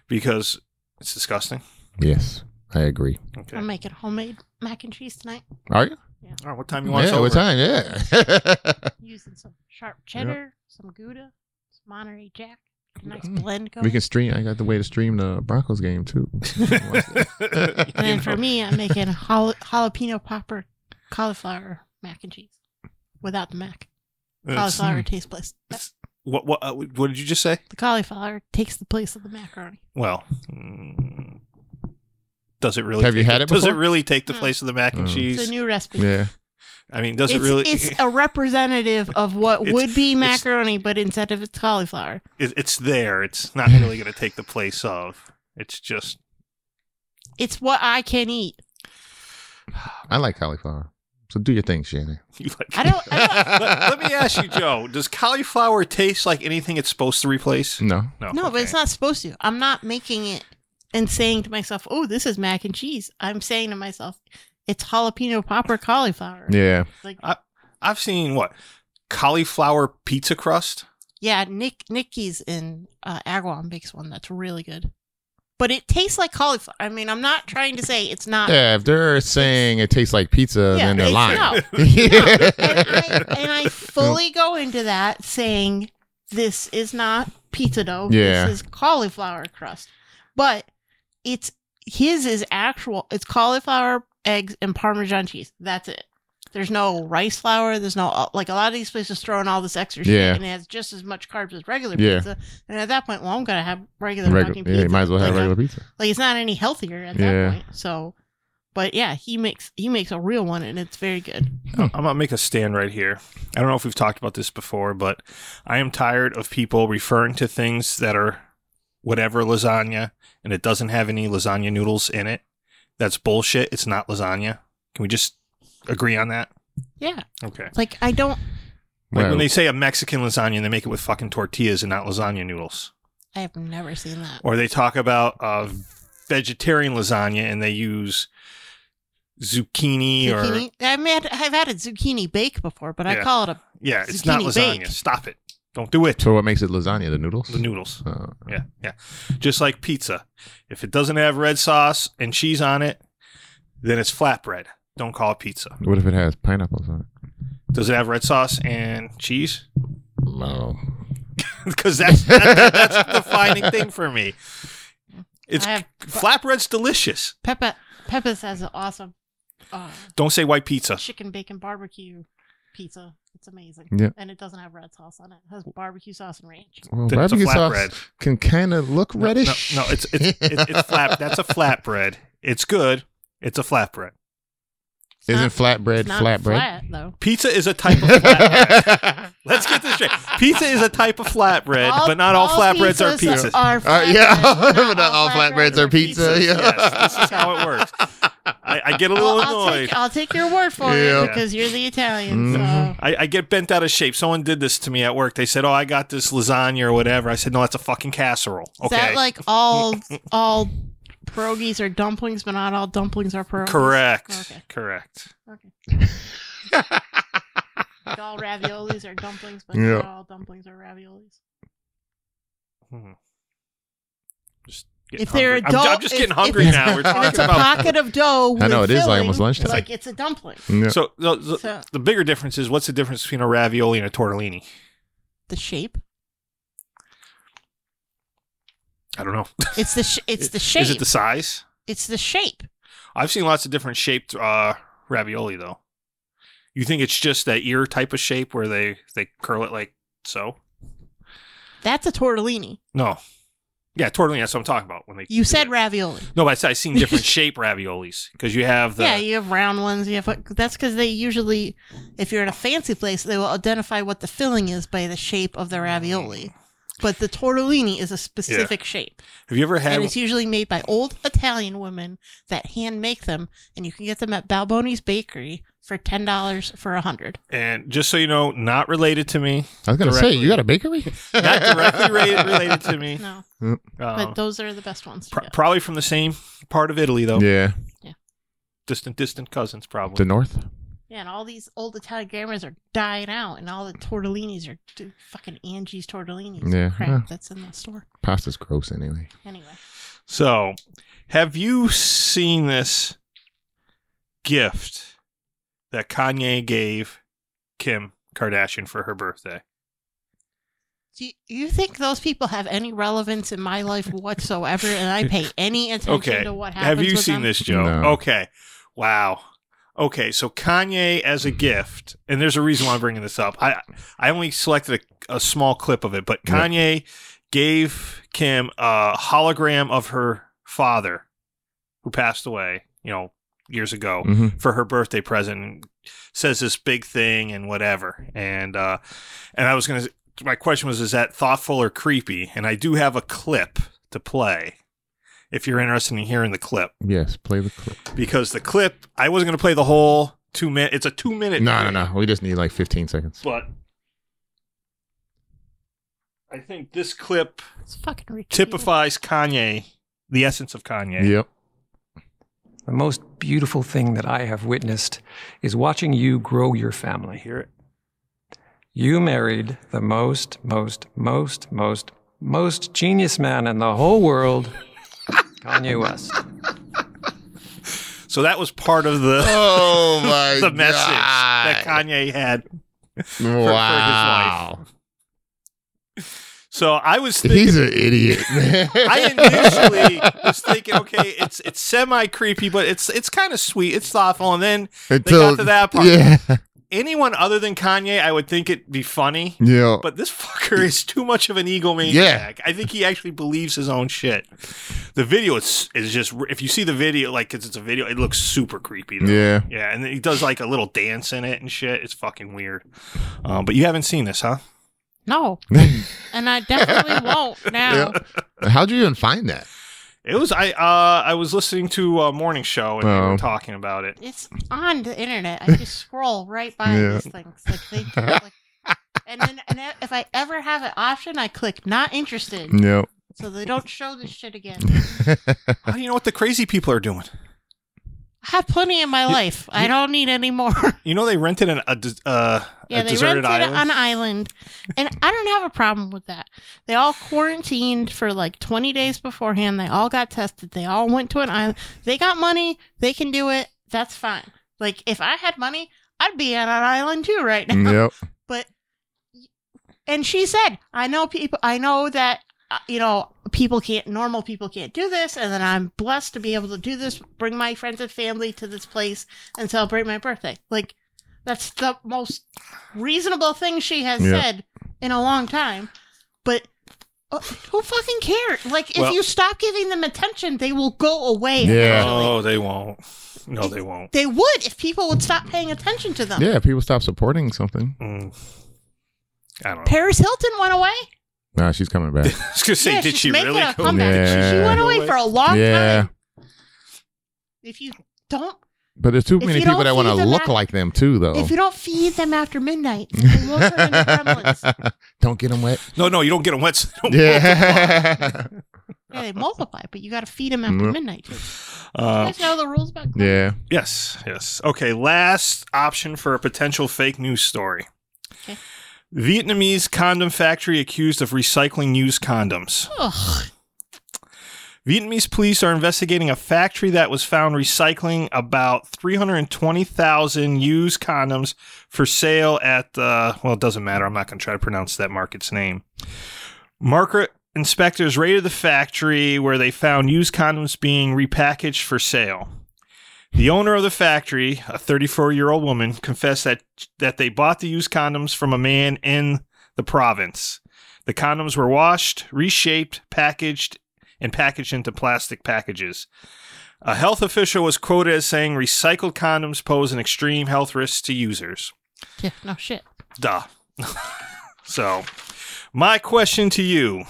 Speaker 3: because it's disgusting.
Speaker 1: yes, I agree.
Speaker 3: Okay.
Speaker 2: I'm making homemade mac and cheese tonight
Speaker 1: Are you?
Speaker 3: All right, what time you want? us
Speaker 1: Yeah, what
Speaker 3: over?
Speaker 1: time? Yeah.
Speaker 2: using some sharp cheddar, some Gouda, some Monterey Jack, a nice blend going.
Speaker 1: we can stream. I got the way to stream the Broncos game too.
Speaker 2: and then for me, I'm making jala- jalapeno popper cauliflower mac and cheese without the mac.
Speaker 3: It's-
Speaker 2: Cauliflower tastes place.
Speaker 3: What what uh, what did you just say?
Speaker 2: The cauliflower takes the place of the macaroni.
Speaker 3: Well, mm, does it really
Speaker 1: Have you
Speaker 3: take
Speaker 1: had it
Speaker 3: Does it
Speaker 1: before?
Speaker 3: really take the
Speaker 2: No.
Speaker 3: place of the mac and
Speaker 1: Mm.
Speaker 3: cheese?
Speaker 2: It's a new recipe.
Speaker 1: yeah,
Speaker 3: I mean, does
Speaker 2: it's,
Speaker 3: it really?
Speaker 2: it's a representative of what
Speaker 3: It's-
Speaker 2: would be
Speaker 3: it's-
Speaker 2: macaroni, but instead of it's cauliflower.
Speaker 3: it- it's there. It's not really going to take the place of. It's just
Speaker 2: It's what I can eat.
Speaker 1: I like cauliflower. So do your thing, Shannon.
Speaker 3: you like.
Speaker 2: I don't. I don't
Speaker 3: let, let me ask you, Joe. Does cauliflower taste like anything it's supposed to replace?
Speaker 1: No,
Speaker 2: no, but it's
Speaker 3: okay.
Speaker 2: not supposed to. I'm not making it and saying to myself, "Oh, this is mac and cheese." I'm saying to myself, "It's jalapeno popper cauliflower."
Speaker 1: yeah,
Speaker 2: Like,
Speaker 3: I- I've seen what cauliflower pizza crust.
Speaker 2: yeah, Nick Nicky's in uh, Agawam makes one that's really good, but it tastes like cauliflower. I mean, I'm not trying to say it's not.
Speaker 1: yeah. If they're saying it tastes like pizza,
Speaker 2: Yeah,
Speaker 1: then they're
Speaker 2: it's-
Speaker 1: lying.
Speaker 2: no. and I and I fully go into that saying this is not pizza dough.
Speaker 1: Yeah.
Speaker 2: This is cauliflower crust. But it's his is actual it's cauliflower, eggs, and parmesan cheese. That's it. There's no rice flour, there's no uh, like a lot of these places throw in all this extra shit
Speaker 1: Yeah.
Speaker 2: and it has just as much carbs as regular
Speaker 1: Yeah.
Speaker 2: pizza. And at that point, well I'm gonna have regular
Speaker 1: Regu-
Speaker 2: fucking pizza.
Speaker 1: yeah, you might as well have
Speaker 2: Like, I'm-
Speaker 1: regular pizza.
Speaker 2: like it's not any healthier at
Speaker 1: Yeah.
Speaker 2: that point. So but yeah, he makes he makes a real one and it's very good.
Speaker 3: I'm gonna make a stand right here. I don't know if we've talked about this before, but I am tired of people referring to things that are whatever lasagna and it doesn't have any lasagna noodles in it. That's bullshit. It's not lasagna. Can we just agree on that?
Speaker 2: Yeah.
Speaker 3: Okay.
Speaker 2: Like I don't
Speaker 3: Like
Speaker 1: Well,
Speaker 3: when they say a Mexican lasagna, and they make it with fucking tortillas and not lasagna noodles.
Speaker 2: I have never seen that.
Speaker 3: Or they talk about uh, vegetarian lasagna and they use zucchini, or
Speaker 2: Zucchini. I've had I've had a zucchini bake before, but I
Speaker 3: Yeah.
Speaker 2: call it a
Speaker 3: yeah, it's not
Speaker 2: Zucchini
Speaker 3: lasagna.
Speaker 2: bake.
Speaker 3: Stop it. Don't do it.
Speaker 1: so what makes it lasagna? The noodles.
Speaker 3: The noodles.
Speaker 1: Uh,
Speaker 3: Yeah, yeah. Just like pizza. If it doesn't have red sauce and cheese on it, then it's flatbread. Don't call it pizza.
Speaker 1: what if it has pineapples on it?
Speaker 3: Does it have red sauce and cheese?
Speaker 1: No.
Speaker 3: Because that's that, that's the defining thing for me. It's
Speaker 2: I have-
Speaker 3: flatbread's delicious.
Speaker 2: Peppa Peppa's has an awesome uh,
Speaker 3: Don't say white pizza.
Speaker 2: chicken bacon barbecue pizza. It's amazing.
Speaker 1: Yeah.
Speaker 2: And it doesn't have red sauce on it. It has barbecue sauce and ranch.
Speaker 1: Well,
Speaker 3: Then it's a
Speaker 1: barbecue sauce
Speaker 3: flatbread.
Speaker 1: can kind of look
Speaker 3: No, no,
Speaker 1: reddish.
Speaker 3: No, it's it's it's, it's flat. That's a flatbread. It's good. It's a flatbread.
Speaker 2: It's
Speaker 1: Isn't
Speaker 2: not-
Speaker 1: flatbread
Speaker 2: it's not
Speaker 1: flatbread?
Speaker 2: flat though.
Speaker 3: Pizza is a type of flatbread. Let's get this straight. Pizza is a type of flatbread, but not all, flatbreads are pizzas.
Speaker 2: Are
Speaker 1: Uh, yeah,
Speaker 2: flatbreads.
Speaker 1: but not all flatbreads are pizza.
Speaker 2: pizzas.
Speaker 1: Yeah.
Speaker 3: yes, this is how it works. I, I get a little
Speaker 2: Well, I'll,
Speaker 3: annoyed.
Speaker 2: take, I'll take your word for
Speaker 1: Yeah.
Speaker 2: it because you're the
Speaker 1: Mhm.
Speaker 2: Italian. So
Speaker 3: I, I get bent out of shape. Someone did this to me at work. They said, "Oh, I got this lasagna or whatever." I said, "No, that's a fucking casserole."
Speaker 2: is
Speaker 3: Okay,
Speaker 2: that like all all pierogies are dumplings, but not all dumplings are pierogies?
Speaker 3: correct,
Speaker 2: Okay.
Speaker 3: correct.
Speaker 2: Okay. Like all raviolis are dumplings, but
Speaker 1: Yeah.
Speaker 2: not all dumplings are raviolis.
Speaker 3: Just getting
Speaker 2: If they're
Speaker 3: hungry. I'm ju- I'm,
Speaker 2: adult-
Speaker 3: just
Speaker 2: if-
Speaker 3: getting
Speaker 2: if-
Speaker 3: hungry now. We're
Speaker 2: And it's
Speaker 3: talking
Speaker 2: a
Speaker 3: about
Speaker 2: pocket of dough. With
Speaker 1: I know, it is like
Speaker 2: filling,
Speaker 1: almost lunchtime.
Speaker 2: Like it's a dumpling.
Speaker 1: Yeah.
Speaker 3: so the, the,
Speaker 2: So-
Speaker 3: the bigger difference is what's the difference between a ravioli and a tortellini?
Speaker 2: The shape.
Speaker 3: I don't know.
Speaker 2: It's the sh- it's the shape.
Speaker 3: Is it the size?
Speaker 2: it's the shape.
Speaker 3: I've seen lots of different shaped uh, ravioli though. You think it's just that ear type of shape where they they curl it like so?
Speaker 2: That's a tortellini.
Speaker 3: No. Yeah, tortellini. That's what I'm talking about. When they
Speaker 2: You
Speaker 3: do
Speaker 2: said
Speaker 3: that.
Speaker 2: ravioli.
Speaker 3: no, but I said I've seen different shape raviolis because you have the
Speaker 2: yeah, you have round ones. You have that's because they usually, if you're in a fancy place, they will identify what the filling is by the shape of the ravioli. But the tortellini is a specific shape.
Speaker 3: Have you ever had?
Speaker 2: and it's usually made by old Italian women that hand make them, and you can get them at Balboni's Bakery for ten dollars for a hundred.
Speaker 3: And just so you know, not related to me.
Speaker 1: I was gonna
Speaker 3: Directly.
Speaker 1: say you got a bakery.
Speaker 3: Not directly ra- related to me.
Speaker 2: No,
Speaker 3: Uh,
Speaker 2: but those are the best ones. To
Speaker 3: pr-
Speaker 2: get.
Speaker 3: probably from the same part of Italy, though.
Speaker 1: Yeah,
Speaker 3: Distant, distant cousins, probably.
Speaker 1: the north.
Speaker 2: Yeah, and all these old Italian grammars are dying out, and all the tortellinis are dude, fucking Angie's tortellinis.
Speaker 1: Yeah.
Speaker 2: Yeah, crap
Speaker 1: Yeah.
Speaker 2: that's in the store.
Speaker 1: Pasta's gross anyway.
Speaker 2: Anyway,
Speaker 3: So, have you seen this gift that Kanye gave Kim Kardashian for her birthday?
Speaker 2: do you, you think those people have any relevance in my life whatsoever? and I pay any attention
Speaker 3: Okay.
Speaker 2: to what happens.
Speaker 3: Have you
Speaker 2: with
Speaker 3: seen
Speaker 2: them?
Speaker 3: this, Joe?
Speaker 1: No.
Speaker 3: Okay. Wow. Okay, so Kanye as a gift, and there's a reason why I'm bringing this up. I I only selected a, a small clip of it, but
Speaker 1: Yeah.
Speaker 3: Kanye gave Kim a hologram of her father, who passed away, you know, years ago.
Speaker 1: hmm
Speaker 3: for her birthday present and says this big thing and whatever and uh and i was gonna my question was is that thoughtful or creepy and i do have a clip to play if you're interested in hearing the clip
Speaker 1: Yes, play the clip.
Speaker 3: because the clip i wasn't gonna play the whole two minute it's a two minute
Speaker 1: No, no, no. We just need like 15 seconds.
Speaker 3: but i think this clip
Speaker 2: It's fucking retarded.
Speaker 3: typifies kanye the essence of kanye
Speaker 1: Yep.
Speaker 6: The most beautiful thing that I have witnessed is watching you grow your family. Hear it. You married the most, most, most, most, most genius man in the whole world, Kanye West.
Speaker 3: so that was part of the
Speaker 1: Oh my
Speaker 3: the message that
Speaker 1: God.
Speaker 3: kanye had
Speaker 1: Wow.
Speaker 3: so i was thinking
Speaker 1: He's an idiot.
Speaker 3: I initially was thinking, okay, it's it's semi creepy, but it's it's kind of sweet, it's thoughtful. And then
Speaker 1: Until-
Speaker 3: to that part.
Speaker 1: Yeah.
Speaker 3: anyone other than Kanye, I would think it'd be funny.
Speaker 1: Yeah.
Speaker 3: But this fucker is too much of an egomaniac.
Speaker 1: Yeah.
Speaker 3: I think he actually believes his own shit. The video is is just if you see the video, like 'cause it's a video, it looks super creepy. Though.
Speaker 1: yeah.
Speaker 3: Yeah, and he does like a little dance in it and shit. It's fucking weird. Um, but you haven't seen this, huh?
Speaker 2: No, and I definitely won't now.
Speaker 1: How'd you even find that?
Speaker 3: It was I. Uh, I was listening to a morning show and they
Speaker 1: Oh.
Speaker 3: were talking about it.
Speaker 2: It's on the internet. I just scroll right by
Speaker 1: Yeah.
Speaker 2: these things. Like they, like, and then and if I ever have an option, I click not interested,
Speaker 3: Mm.
Speaker 1: Yep.
Speaker 2: so they don't show this shit again.
Speaker 3: How do Uh, you know what the crazy people are doing?
Speaker 2: I have plenty in my life. I don't need any more.
Speaker 3: You know they rented an, a des- uh,
Speaker 2: yeah,
Speaker 3: a
Speaker 2: they
Speaker 3: deserted
Speaker 2: rented
Speaker 3: island.
Speaker 2: an island, and I don't have a problem with that. They all quarantined for like 20 days beforehand. They all got tested. They all went to an island. They got money. They can do it. That's fine. Like if I had money, I'd be on an island too right now.
Speaker 1: Yep.
Speaker 2: but and she said i know people i know that uh, you know people can't normal people can't do this and then i'm blessed to be able to do this bring my friends and family to this place and celebrate my birthday like that's the most reasonable thing she has
Speaker 1: Yeah.
Speaker 2: said in a long time but uh, who fucking cares like if
Speaker 3: Well-
Speaker 2: you stop giving them attention they will go away
Speaker 1: Yeah.
Speaker 2: eventually.
Speaker 3: Oh, they won't. No, they won't.
Speaker 2: they would if people would stop paying attention to them
Speaker 1: Yeah. People stop supporting something.
Speaker 3: Mm. I don't know.
Speaker 2: paris hilton went away
Speaker 1: Nah, she's coming back.
Speaker 3: I was gonna say,
Speaker 2: Yeah,
Speaker 3: did
Speaker 2: she's
Speaker 3: she
Speaker 2: making
Speaker 3: really
Speaker 2: a
Speaker 3: go?
Speaker 2: comeback.
Speaker 1: Yeah.
Speaker 2: She, she went away for a long
Speaker 1: Yeah.
Speaker 2: time. If you don't,
Speaker 1: But there's too
Speaker 2: If
Speaker 1: many
Speaker 2: you
Speaker 1: people
Speaker 2: don't
Speaker 1: that want to
Speaker 2: feed them
Speaker 1: look
Speaker 2: that-
Speaker 1: like them too, though.
Speaker 2: if you don't feed them after midnight, they will turn into gremlins.
Speaker 1: Don't get them wet.
Speaker 3: No, no, you don't get them wet. so don't-
Speaker 1: Yeah.
Speaker 2: Yeah, they multiply, but you got to feed them after
Speaker 1: Mhm.
Speaker 2: midnight. Too. You
Speaker 3: Uh,
Speaker 2: guys know the rules about gremlins?
Speaker 1: yeah.
Speaker 3: yes, yes. Okay, last option for a potential fake news story.
Speaker 2: Okay.
Speaker 3: Vietnamese condom factory accused of recycling used condoms.
Speaker 2: Ugh.
Speaker 3: Vietnamese police are investigating a factory that was found recycling about 320,000 used condoms for sale at the, well, it doesn't matter. I'm not going to try to pronounce that market's name. Market inspectors raided the factory where they found used condoms being repackaged for sale. The owner of the factory, a 34 year old woman, confessed that, that they bought the used condoms from a man in the province. The condoms were washed, reshaped, packaged, and packaged into plastic packages. A health official was quoted as saying recycled condoms pose an extreme health risk to users.
Speaker 2: Yeah, no shit.
Speaker 3: Duh. so, my question to you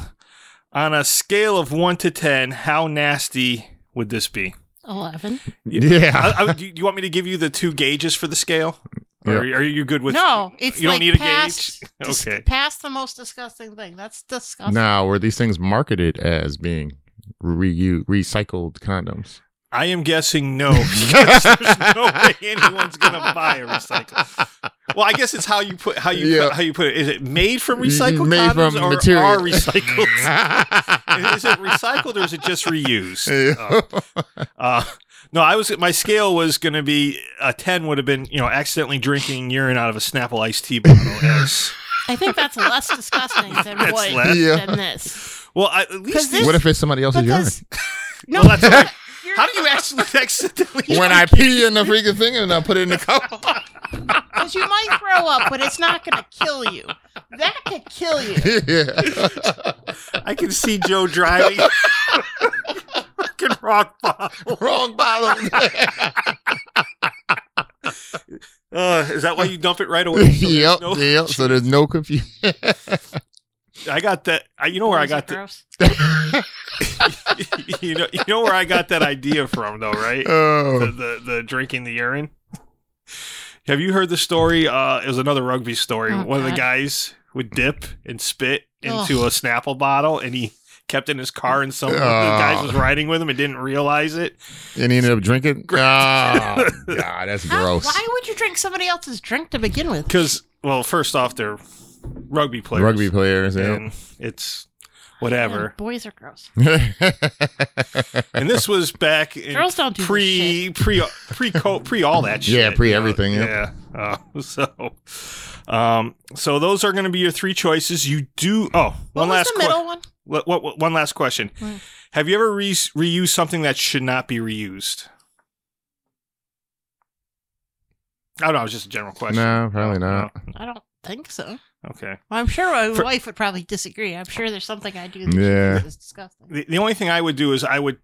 Speaker 3: on a scale of 1 to 10, how nasty would this be?
Speaker 2: A Eleven.
Speaker 1: Yeah.
Speaker 3: I, I, do you do you want me to give you the two gauges for the scale? Or are, are you good with
Speaker 2: no, it's
Speaker 3: you don't
Speaker 2: like
Speaker 3: need a
Speaker 2: past,
Speaker 3: gauge? Okay.
Speaker 2: Past the most disgusting thing. That's disgusting.
Speaker 1: Now, were these things marketed as being reu- recycled condoms?
Speaker 3: I am guessing no. because there's no way anyone's gonna buy a recycle. Well, I guess it's how you put how you
Speaker 1: Yeah.
Speaker 3: how you put it. Is it made from recycled
Speaker 1: Made
Speaker 3: condoms
Speaker 1: from
Speaker 3: or
Speaker 1: material.
Speaker 3: are recycled? And is it recycled or is it just reused? Uh, no, I was my scale was gonna be a ten would have been you know accidentally drinking urine out of a Snapple iced tea bottle. as-
Speaker 2: I think that's less disgusting than
Speaker 3: That's
Speaker 2: what
Speaker 3: less.
Speaker 1: Yeah.
Speaker 2: than this.
Speaker 3: well, I, at least
Speaker 2: 'Cause
Speaker 3: these,
Speaker 1: what if it's somebody else's urine?
Speaker 2: Because-
Speaker 3: well, that's what I-
Speaker 2: You're-
Speaker 3: how do you actually accidentally?
Speaker 1: When I pee in the freaking thing and I put it in the cup.
Speaker 2: Because you might throw up, but it's not going to kill you. That could kill you.
Speaker 1: yeah.
Speaker 3: I can see Joe driving. Fucking rock bottom.
Speaker 1: Wrong bottom.
Speaker 3: Uh, is that why you dump it right away? So there's
Speaker 1: yep.
Speaker 3: no-
Speaker 1: yep. So there's no confusion.
Speaker 3: I got that. I, you know where I
Speaker 2: Those are
Speaker 3: got that.
Speaker 2: gross.
Speaker 3: You know, you know where I got that idea from, though, right? The,
Speaker 1: oh.
Speaker 3: the the drinking the urine. Have you heard the story? Uh, it was another rugby story.
Speaker 2: Oh,
Speaker 3: One of the
Speaker 2: God.
Speaker 3: guys would dip and spit into a Snapple bottle, and he kept it in his car, and some of the
Speaker 1: Ah.
Speaker 3: guys was riding with him and didn't realize it.
Speaker 1: And he ended up drinking. Oh, God, that's
Speaker 2: How-
Speaker 1: gross.
Speaker 2: why would you drink somebody else's drink to begin with?
Speaker 3: Because, well, first off, they're rugby players.
Speaker 1: Rugby players. Yeah.
Speaker 3: and it's whatever.
Speaker 2: And boys are gross.
Speaker 3: And this was back in
Speaker 2: Girls don't do this
Speaker 3: pre pre pre co- pre all that shit.
Speaker 1: Yeah, pre
Speaker 3: you know?
Speaker 1: everything,
Speaker 3: Yeah.
Speaker 1: yeah.
Speaker 3: Uh, so, um, so those are going to be your three choices. You do. Oh,
Speaker 2: What
Speaker 3: one
Speaker 2: was
Speaker 3: last
Speaker 2: the middle
Speaker 3: question.
Speaker 2: one?
Speaker 3: What, what, one last question.
Speaker 2: Hmm.
Speaker 3: Have you ever re- reused something that should not be reused? I don't know. It was just a general question.
Speaker 1: no,
Speaker 3: Uh,
Speaker 1: probably not.
Speaker 2: I don't think so.
Speaker 3: Okay.
Speaker 2: Well, I'm sure my
Speaker 3: For-
Speaker 2: wife would probably disagree. I'm sure there's something I do that
Speaker 1: Yeah.
Speaker 2: she thinks is disgusting.
Speaker 3: The, the only thing I would do is I would,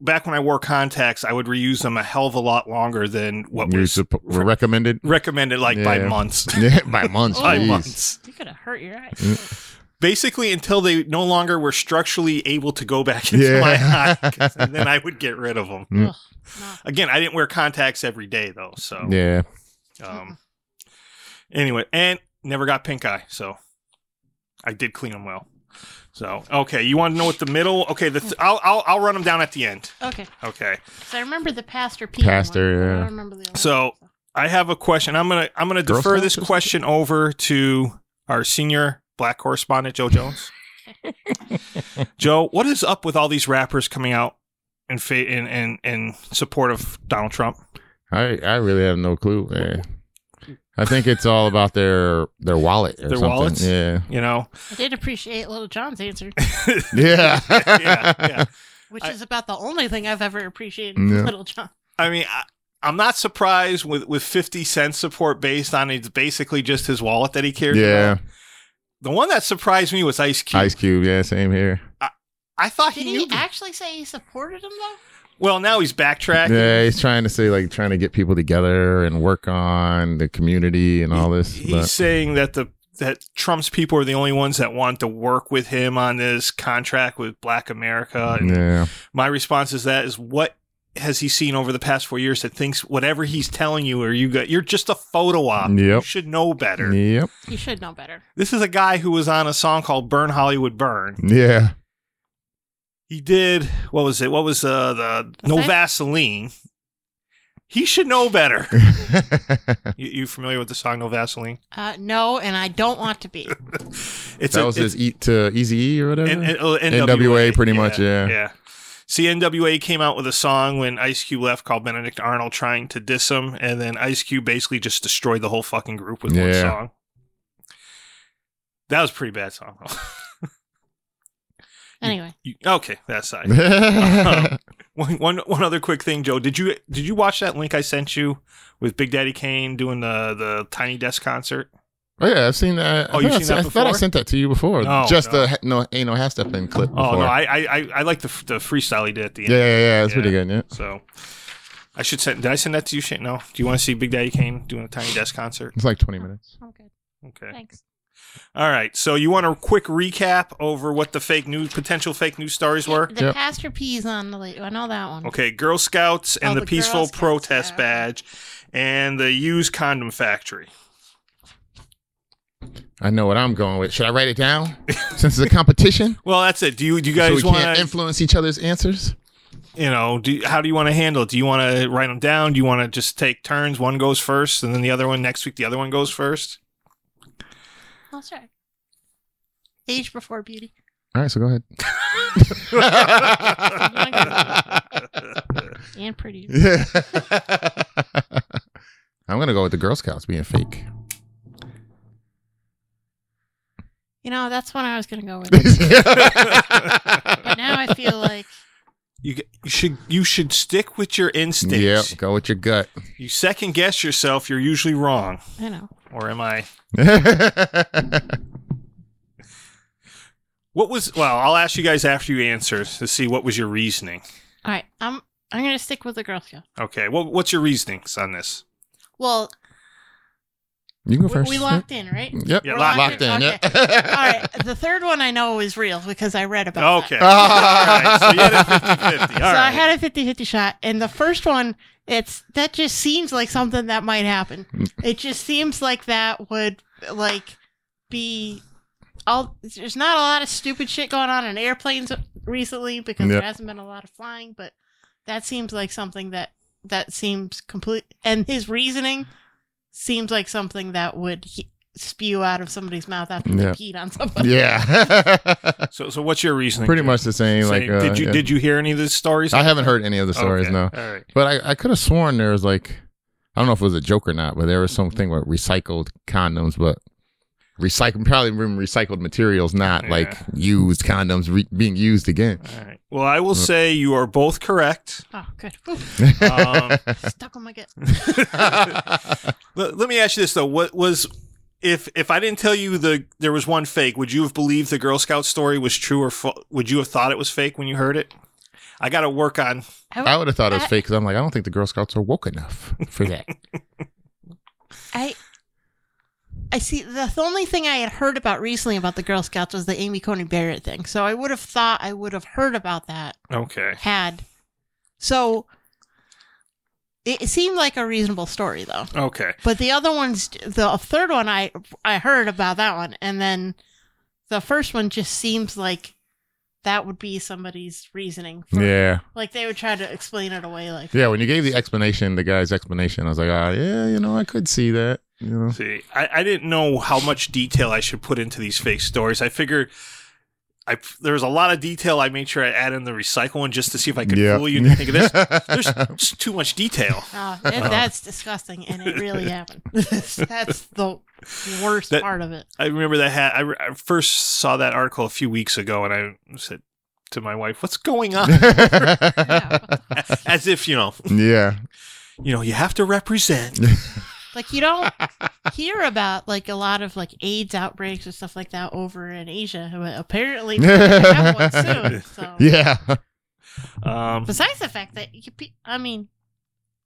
Speaker 3: back when I wore contacts, I would reuse them a hell of a lot longer than what
Speaker 1: You're
Speaker 3: was
Speaker 1: supp- recommended
Speaker 3: recommended, like by
Speaker 1: Yeah.
Speaker 3: months.
Speaker 1: yeah, by months.
Speaker 2: Oh.
Speaker 3: by
Speaker 1: jeez.
Speaker 3: months.
Speaker 2: You could have hurt your eyes.
Speaker 3: Basically, until they no longer were structurally able to go back into
Speaker 1: Yeah.
Speaker 3: my eye, and then I would get rid of them.
Speaker 1: Mm.
Speaker 2: Ugh, no.
Speaker 3: Again, I didn't wear contacts every day though, so
Speaker 1: Yeah.
Speaker 3: um, anyway, and never got pink eye, so I did clean them well. So okay, you want to know what the middle? Okay, the th- I'll, I'll I'll run them down at the end.
Speaker 2: Okay.
Speaker 3: Okay.
Speaker 2: So I remember the pastor P. one.
Speaker 1: Pastor,
Speaker 2: I
Speaker 1: yeah.
Speaker 2: don't remember the other
Speaker 3: So-
Speaker 2: one,
Speaker 3: I have a question. I'm gonna I'm gonna
Speaker 1: Girl
Speaker 3: defer
Speaker 1: Scout
Speaker 3: this
Speaker 1: system?
Speaker 3: question over to our senior black correspondent, Joe Jones. Joe, what is up with all these rappers coming out in fa- in, in in support of Donald Trump?
Speaker 1: I I really have no clue, man. I think it's all about their their wallet or
Speaker 3: Their
Speaker 1: something.
Speaker 3: wallets?
Speaker 1: Yeah.
Speaker 3: You know,
Speaker 2: I did appreciate Little John's answer,
Speaker 1: Yeah.
Speaker 3: yeah, yeah.
Speaker 2: which
Speaker 3: I-
Speaker 2: is about the only thing I've ever appreciated
Speaker 1: Yeah.
Speaker 2: from Little John.
Speaker 3: I mean, I, I'm not surprised with with 50 Cent support based on it's basically just his wallet that he carries.
Speaker 1: Yeah.
Speaker 3: around. The one that surprised me was Ice Cube.
Speaker 1: Ice Cube. Yeah. Same here.
Speaker 3: I thought
Speaker 2: Did
Speaker 3: he
Speaker 2: he,
Speaker 3: knew.
Speaker 2: actually say he supported him though?
Speaker 3: well, now he's backtracking.
Speaker 1: Yeah. He's trying to say like trying to get people together and work on the community and all this.
Speaker 3: He's
Speaker 1: but-
Speaker 3: saying that the that Trump's people are the only ones that want to work with him on this contract with Black America. And
Speaker 1: yeah.
Speaker 3: my response is that is what has he seen over the past four years that thinks whatever he's telling you or you got you're just a photo op. You
Speaker 1: Yep.
Speaker 3: should know better.
Speaker 1: Yep.
Speaker 2: He should know better.
Speaker 3: This is a guy who was on a song called "Burn Hollywood Burn."
Speaker 1: Yeah.
Speaker 3: He did what was it? What was uh, the no
Speaker 2: Okay.
Speaker 3: Vaseline? He should know better. you, you familiar with the song "No Vaseline"?
Speaker 2: Uh, no, and I don't want to be.
Speaker 3: It's
Speaker 1: that
Speaker 3: a-
Speaker 1: was
Speaker 3: it's-
Speaker 1: his eat to Easy E or whatever.
Speaker 3: N- N- oh, NWA,
Speaker 1: NWA, pretty much, yeah.
Speaker 3: Yeah. See, NWA came out with a song when Ice Cube left called Benedict Arnold trying to diss him, and then Ice Cube basically just destroyed the whole fucking group with one
Speaker 1: Yeah.
Speaker 3: song. That was a pretty bad song.
Speaker 2: Anyway,
Speaker 3: You- okay, that's side. One, one, one other quick thing, Joe. Did you did you watch that link I sent you with Big Daddy Kane doing the the Tiny Desk concert?
Speaker 1: oh yeah, I've seen that.
Speaker 3: Oh,
Speaker 1: I
Speaker 3: you've
Speaker 1: thought I
Speaker 3: seen
Speaker 1: se-
Speaker 3: that
Speaker 1: I thought I
Speaker 3: before?
Speaker 1: sent that to you before.
Speaker 3: No,
Speaker 1: Just
Speaker 3: no.
Speaker 1: the he- no ain't no half stepping clip.
Speaker 3: Oh no,
Speaker 1: before.
Speaker 3: I I I- I like the f- the freestyle he did at the end.
Speaker 1: yeah, yeah, yeah. That's
Speaker 3: Yeah.
Speaker 1: pretty good. Yeah.
Speaker 3: So I should send. Did I send that to you? Shit, no. Do you want to see Big Daddy Kane doing a Tiny Desk concert?
Speaker 1: It's like 20 minutes.
Speaker 2: I'm good.
Speaker 3: Okay.
Speaker 2: Thanks.
Speaker 3: All right. So you want a quick recap over what the fake news, potential fake news stories were?
Speaker 2: The
Speaker 1: Yep.
Speaker 2: Pastor P's on the list. I know that one.
Speaker 3: Okay, Girl Scouts and
Speaker 2: Oh,
Speaker 3: the,
Speaker 2: the Girl
Speaker 3: Peaceful
Speaker 2: Scouts,
Speaker 3: Protest
Speaker 2: yeah.
Speaker 3: Badge and the used condom factory.
Speaker 1: I know what I'm going with. Should I write it down since it's a competition?
Speaker 3: Well, that's it. Do you do you
Speaker 1: so
Speaker 3: guys
Speaker 1: we
Speaker 3: want
Speaker 1: can't
Speaker 3: to
Speaker 1: influence each other's answers.
Speaker 3: you know, do how do you want to handle it? Do you want to write them down? Do you want to just take turns? One goes first and then the other one next week the other one goes first?
Speaker 2: That's right. Age before beauty.
Speaker 1: All right, so go ahead.
Speaker 2: And pretty.
Speaker 1: Yeah. I'm gonna go with the Girl Scouts being fake.
Speaker 2: You know, that's one I was going to go with.
Speaker 1: yep,
Speaker 2: But now I feel like
Speaker 3: You, g- you should you should stick with your instincts.
Speaker 1: go with your gut.
Speaker 3: You second guess yourself, you're usually wrong.
Speaker 2: I know.
Speaker 3: Or am I?
Speaker 1: All
Speaker 3: What was well, I'll ask you guys after you answer to see what was your reasoning.
Speaker 2: All right, I'm I'm going to stick with the Girl Scout.
Speaker 3: Okay. What what's your reasonings on this?
Speaker 2: Well,
Speaker 1: You can go
Speaker 2: we,
Speaker 1: first.
Speaker 2: we locked in, right?
Speaker 1: Yep.
Speaker 3: Yeah,
Speaker 1: Yep.
Speaker 2: We're
Speaker 3: locked
Speaker 1: Locked in.
Speaker 2: Okay. All
Speaker 1: Yep.
Speaker 2: right, the third one I know is real because I read about that.
Speaker 3: Okay. All right. So you had a 50-50.
Speaker 2: so
Speaker 3: All
Speaker 2: I
Speaker 3: right.
Speaker 2: had a 50 50 shot. And the first one, it's that just seems like something that might happen. it just seems like that would like be all there's not a lot of stupid shit going on in airplanes recently because
Speaker 1: Yep.
Speaker 2: there hasn't been a lot of flying, but that seems like something that that seems complete and his reasoning seems like something that would he- spew out of somebody's mouth after they
Speaker 1: Yeah.
Speaker 2: peed on somebody.
Speaker 1: yeah.
Speaker 3: So, so what's your reasoning?
Speaker 1: Pretty
Speaker 3: Jim?
Speaker 1: much the same.
Speaker 3: Say,
Speaker 1: like, uh,
Speaker 3: did you
Speaker 1: yeah.
Speaker 3: did you hear any of these stories?
Speaker 1: I haven't heard any of the stories
Speaker 3: Okay.
Speaker 1: no.
Speaker 3: All right.
Speaker 1: But I, I could have sworn there was like, I don't know if it was a joke or not, but there was
Speaker 3: Mm-hmm.
Speaker 1: something with recycled condoms, but recycled, probably from recycled materials, not
Speaker 3: Yeah.
Speaker 1: like used condoms re- being used again.
Speaker 3: All right. Well, I
Speaker 1: Uh,
Speaker 3: will say you are both correct.
Speaker 2: Oh, good. Oof,
Speaker 3: Um,
Speaker 2: stuck on my gut.
Speaker 3: let, let me ask you this though: What was if if I didn't tell you the there was one fake? Would you have believed the Girl Scout story was true, or fa- would you have thought it was fake when you heard it? I got to work on.
Speaker 1: I would have thought it was fake because I'm like, I don't think the Girl Scouts are woke enough for that.
Speaker 2: I I see the th- only thing I had heard about recently about the Girl Scouts was the Amy Coney Barrett thing. So I would have thought I would have heard about that
Speaker 3: Okay.
Speaker 2: had so it, it seemed like a reasonable story though.
Speaker 3: Okay.
Speaker 2: But the other ones the third one I I heard about that one and then the first one just seems like that would be somebody's reasoning for
Speaker 1: yeah.
Speaker 2: like they would try to explain it away like
Speaker 1: Yeah. When you gave the explanation, the guy's explanation, I was like, ah, yeah, you know, I could see that. You know,
Speaker 3: See, I, I didn't know how much detail I should put into these fake stories. I figured I there was a lot of detail. I made sure I add in the recycle one just to see if I could
Speaker 1: Yeah.
Speaker 3: fool you into thinking this. There's just too much detail.
Speaker 2: Oh, that- that's disgusting, and it really happened. that's the worst
Speaker 3: That-
Speaker 2: part of it.
Speaker 3: I remember that hat. I, re- I first saw that article a few weeks ago, and I said to my wife, "What's going on?" As if you know,
Speaker 1: yeah.
Speaker 3: you know, you have to represent.
Speaker 2: Like you don't hear about like a lot of like AIDS outbreaks and stuff like that over in Asia. But apparently, we're gonna have one soon. So.
Speaker 1: Yeah.
Speaker 3: Um,
Speaker 2: Besides the fact that you, could be- I mean,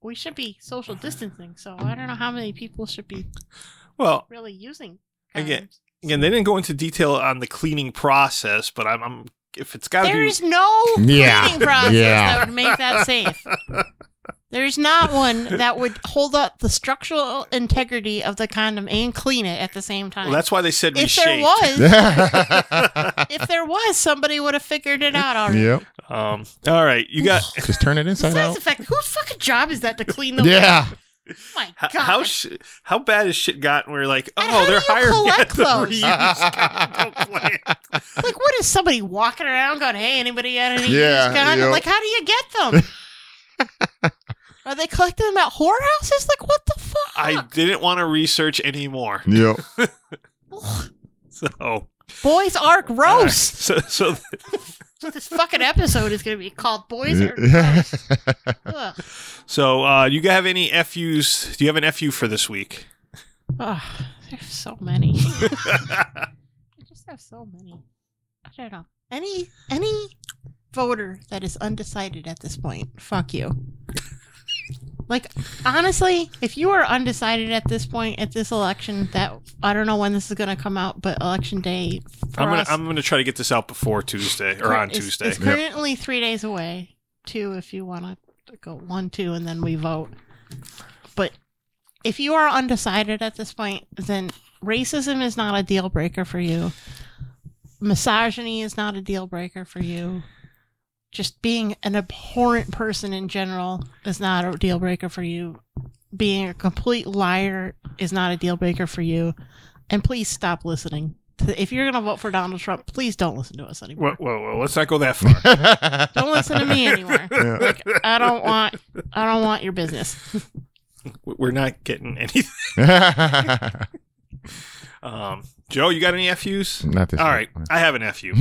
Speaker 2: we should be social distancing. So I don't know how many people should be
Speaker 3: well,
Speaker 2: really using.
Speaker 3: I get-
Speaker 2: condoms.
Speaker 3: again, they didn't go into detail on the cleaning process, but I'm, I'm if it's got to
Speaker 2: There
Speaker 3: be
Speaker 2: is no
Speaker 1: Yeah.
Speaker 2: cleaning process
Speaker 1: Yeah.
Speaker 2: that would make that safe. There's not one that would hold up the structural integrity of the condom and clean it at the same time.
Speaker 3: well, that's why they said
Speaker 2: if
Speaker 3: reshaped.
Speaker 2: there was,
Speaker 1: yep.
Speaker 2: if there was, somebody would have figured it out already.
Speaker 3: Um, all right, you got
Speaker 1: Just turn it inside
Speaker 2: Besides
Speaker 1: out.
Speaker 2: the fact, whose fucking job is that to clean the?
Speaker 1: Yeah.
Speaker 2: Oh my
Speaker 3: How
Speaker 2: god.
Speaker 3: how, sh- how bad has shit gotten? Where you're like,
Speaker 2: And how
Speaker 3: oh, they're
Speaker 2: do you
Speaker 3: hiring at
Speaker 2: collect
Speaker 3: the
Speaker 2: those?
Speaker 3: reuse chemical plant.
Speaker 2: like, what is somebody walking around going, "Hey, anybody got any
Speaker 1: Yeah,
Speaker 2: used condom?"
Speaker 1: yep.
Speaker 2: Like, how do you get them? Are they collecting them at whorehouses? Like, what the fuck?
Speaker 3: I didn't want to research anymore.
Speaker 1: Yep.
Speaker 3: So,
Speaker 2: Boys are gross.
Speaker 3: so, so
Speaker 2: this fucking episode is going to be called Boys Are
Speaker 1: Yeah.
Speaker 2: Gross. Ugh.
Speaker 3: So, uh, you have any FUs? Do you have an FU for this week?
Speaker 2: Ugh, there's so many. I just have so many. I don't know. Any any voter that is undecided at this point, fuck you. Like honestly, if you are undecided at this point at this election, that I don't know when this is going to come out, but election day for
Speaker 3: I'm gonna
Speaker 2: us
Speaker 3: I'm gonna try to get this out before Tuesday or on
Speaker 2: It's-
Speaker 3: Tuesday.
Speaker 2: It's currently three days away. Two, if you want to go one, two, and then we vote. But if you are undecided at this point, then racism is not a deal breaker for you. Misogyny is not a deal breaker for you. Just being an abhorrent person in general is not a deal breaker for you. Being a complete liar is not a deal breaker for you. And please stop listening. to- If you're going to vote for Donald Trump, please don't listen to us anymore
Speaker 3: Whoa, whoa, whoa! Let's not go that far.
Speaker 2: don't listen to me anymore. Like, I don't want I don't want your business.
Speaker 3: We're not getting any. Um, Joe, you got any FUs?
Speaker 1: Not this
Speaker 3: All right,
Speaker 1: one.
Speaker 3: I have an FU.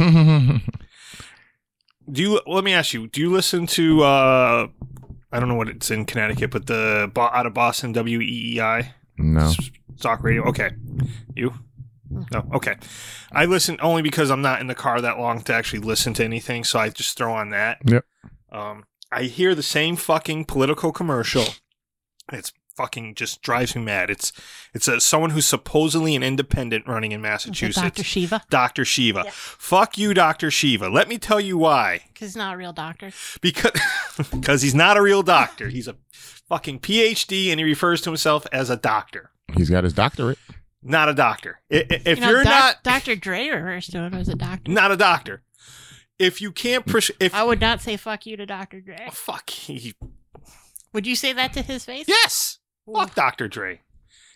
Speaker 3: Do you? Let me ask you. Do you listen to? uh I don't know what it's in Connecticut, but the Bo- out of Boston, E WEEI.
Speaker 1: no.
Speaker 3: Stock radio. Okay. You? No. Okay. I listen only because I'm not in the car that long to actually listen to anything, so I just throw on that.
Speaker 1: Yep.
Speaker 3: Um, I hear the same fucking political commercial. It's fucking just drives me mad. It's it's a, someone who's supposedly an independent running in
Speaker 2: Doctor
Speaker 3: Massachusetts.
Speaker 2: Shiva,
Speaker 3: Dr. Shiva. Fuck you, Dr. Shiva. Let me tell you why
Speaker 2: because he's not a real doctor.
Speaker 3: because because he's not a real doctor. He's a fucking PhD, and he refers to himself as a doctor,
Speaker 1: He's got his doctorate.
Speaker 3: not a doctor. I- I- If
Speaker 2: you know,
Speaker 3: you are
Speaker 2: doc-
Speaker 3: not
Speaker 2: Dr. Dre refers to him as a doctor.
Speaker 3: not a doctor, if you can't pres- if oh,
Speaker 2: I would not say fuck you to Dr. Dre.
Speaker 3: fuck he,
Speaker 2: Would you say that to his face?
Speaker 3: yes, fuck Dr. Dre.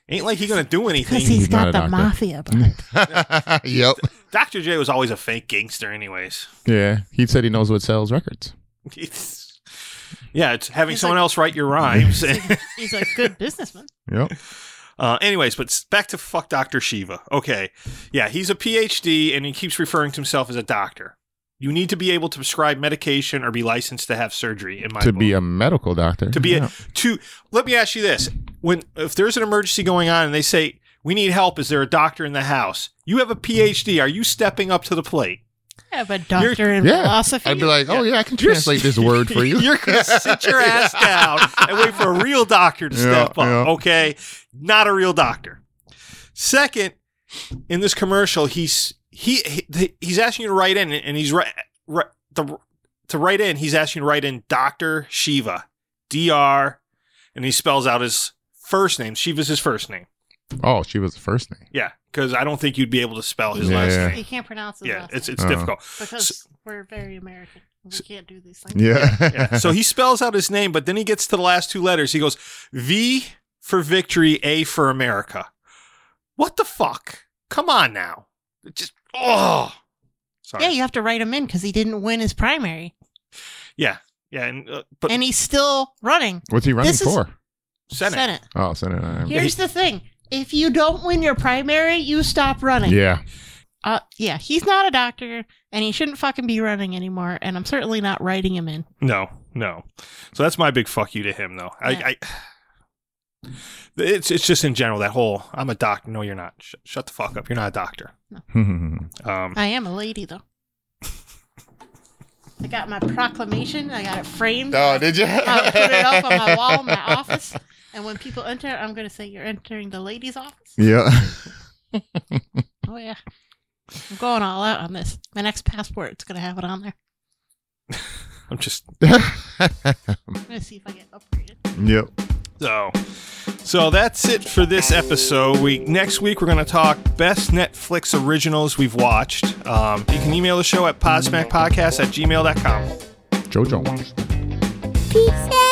Speaker 3: Ain't like he gonna do anything.
Speaker 2: Because he's
Speaker 1: not a
Speaker 2: got the
Speaker 1: doctor.
Speaker 2: mafia behind him.
Speaker 1: yep.
Speaker 3: Dr. Dre was always a fake gangster, anyways.
Speaker 1: Yeah. He said he knows what sells records.
Speaker 3: It's, yeah, it's having
Speaker 2: He's
Speaker 3: someone
Speaker 2: like-
Speaker 3: else write your rhymes.
Speaker 2: He's a good businessman.
Speaker 1: Yep.
Speaker 3: Uh, anyways, but s- back to fuck Dr. Shiva. Okay. Yeah, he's a PhD and he keeps referring to himself as a doctor. You need to be able to prescribe medication or be licensed to have surgery in my
Speaker 1: to
Speaker 3: book.
Speaker 1: be a medical doctor.
Speaker 3: to be
Speaker 1: yeah.
Speaker 3: a to let me ask you this. When if there's an emergency going on and they say, We need help, is there a doctor in the house? You have a PhD. Are you stepping up to the plate?
Speaker 2: Yeah, but doctor in
Speaker 1: Yeah.
Speaker 2: philosophy.
Speaker 1: I'd be like, oh yeah, I can translate this word for you.
Speaker 3: You're gonna sit your ass down and wait for a real doctor to
Speaker 1: Yeah,
Speaker 3: step up.
Speaker 1: yeah.
Speaker 3: Okay, not a real doctor. Second, in this commercial, he's he, he th- he's asking you to write in, and he's right right the to write in. He's asking you to write in Doctor Shiva, D R, and he spells out his first name. Shiva's his first name.
Speaker 1: oh, she was the first name.
Speaker 3: Yeah, because I don't think you'd be able to spell "Oh, his
Speaker 1: Yeah,
Speaker 3: last
Speaker 1: yeah.
Speaker 2: he
Speaker 3: name.
Speaker 2: can't pronounce his
Speaker 3: Yeah,
Speaker 2: last
Speaker 3: it's
Speaker 2: name
Speaker 3: it's
Speaker 1: Uh-huh.
Speaker 3: difficult.
Speaker 2: because we're very American. We can't do these things.
Speaker 1: Yeah.
Speaker 3: Yeah. So he spells out his name, but then he gets to the last two letters. He goes V for victory, A for America. What the fuck? Come on now. It Just oh. Sorry.
Speaker 2: Yeah, you have to write him in because he didn't win his primary,
Speaker 3: yeah, yeah. And uh, but
Speaker 2: and he's still running.
Speaker 1: What's he running
Speaker 2: This is-
Speaker 1: for?
Speaker 3: Senate.
Speaker 2: Senate.
Speaker 1: Oh, Senate. I am-
Speaker 2: Here's the thing: if you don't win your primary, you stop running.
Speaker 1: Yeah.
Speaker 2: Uh, yeah, he's not a doctor, and he shouldn't fucking be running anymore. And I'm certainly not writing him in.
Speaker 3: No, no. So that's my big fuck you to him, though.
Speaker 2: Yeah.
Speaker 3: I, I it's it's just in general that whole I'm a doctor. No, you're not. Sh- shut the fuck up. You're not a doctor. Um,
Speaker 2: I am a lady, though. I got my proclamation. I got it framed.
Speaker 1: oh, did you?
Speaker 2: I put it up on my wall in my office. And when people enter, I'm gonna say you're entering the ladies' office.
Speaker 1: Yeah.
Speaker 2: Oh yeah, I'm going all out on this. My next passport, it's gonna have it on there.
Speaker 3: I'm just
Speaker 2: I'm gonna see if I get upgraded.
Speaker 1: yep.
Speaker 3: So, so that's it for this episode. We next week we're going to talk best Netflix originals we've watched. Um, you can email the show at podsmackpodcast at gmail.com.
Speaker 1: Joe Jones.
Speaker 5: Pizza.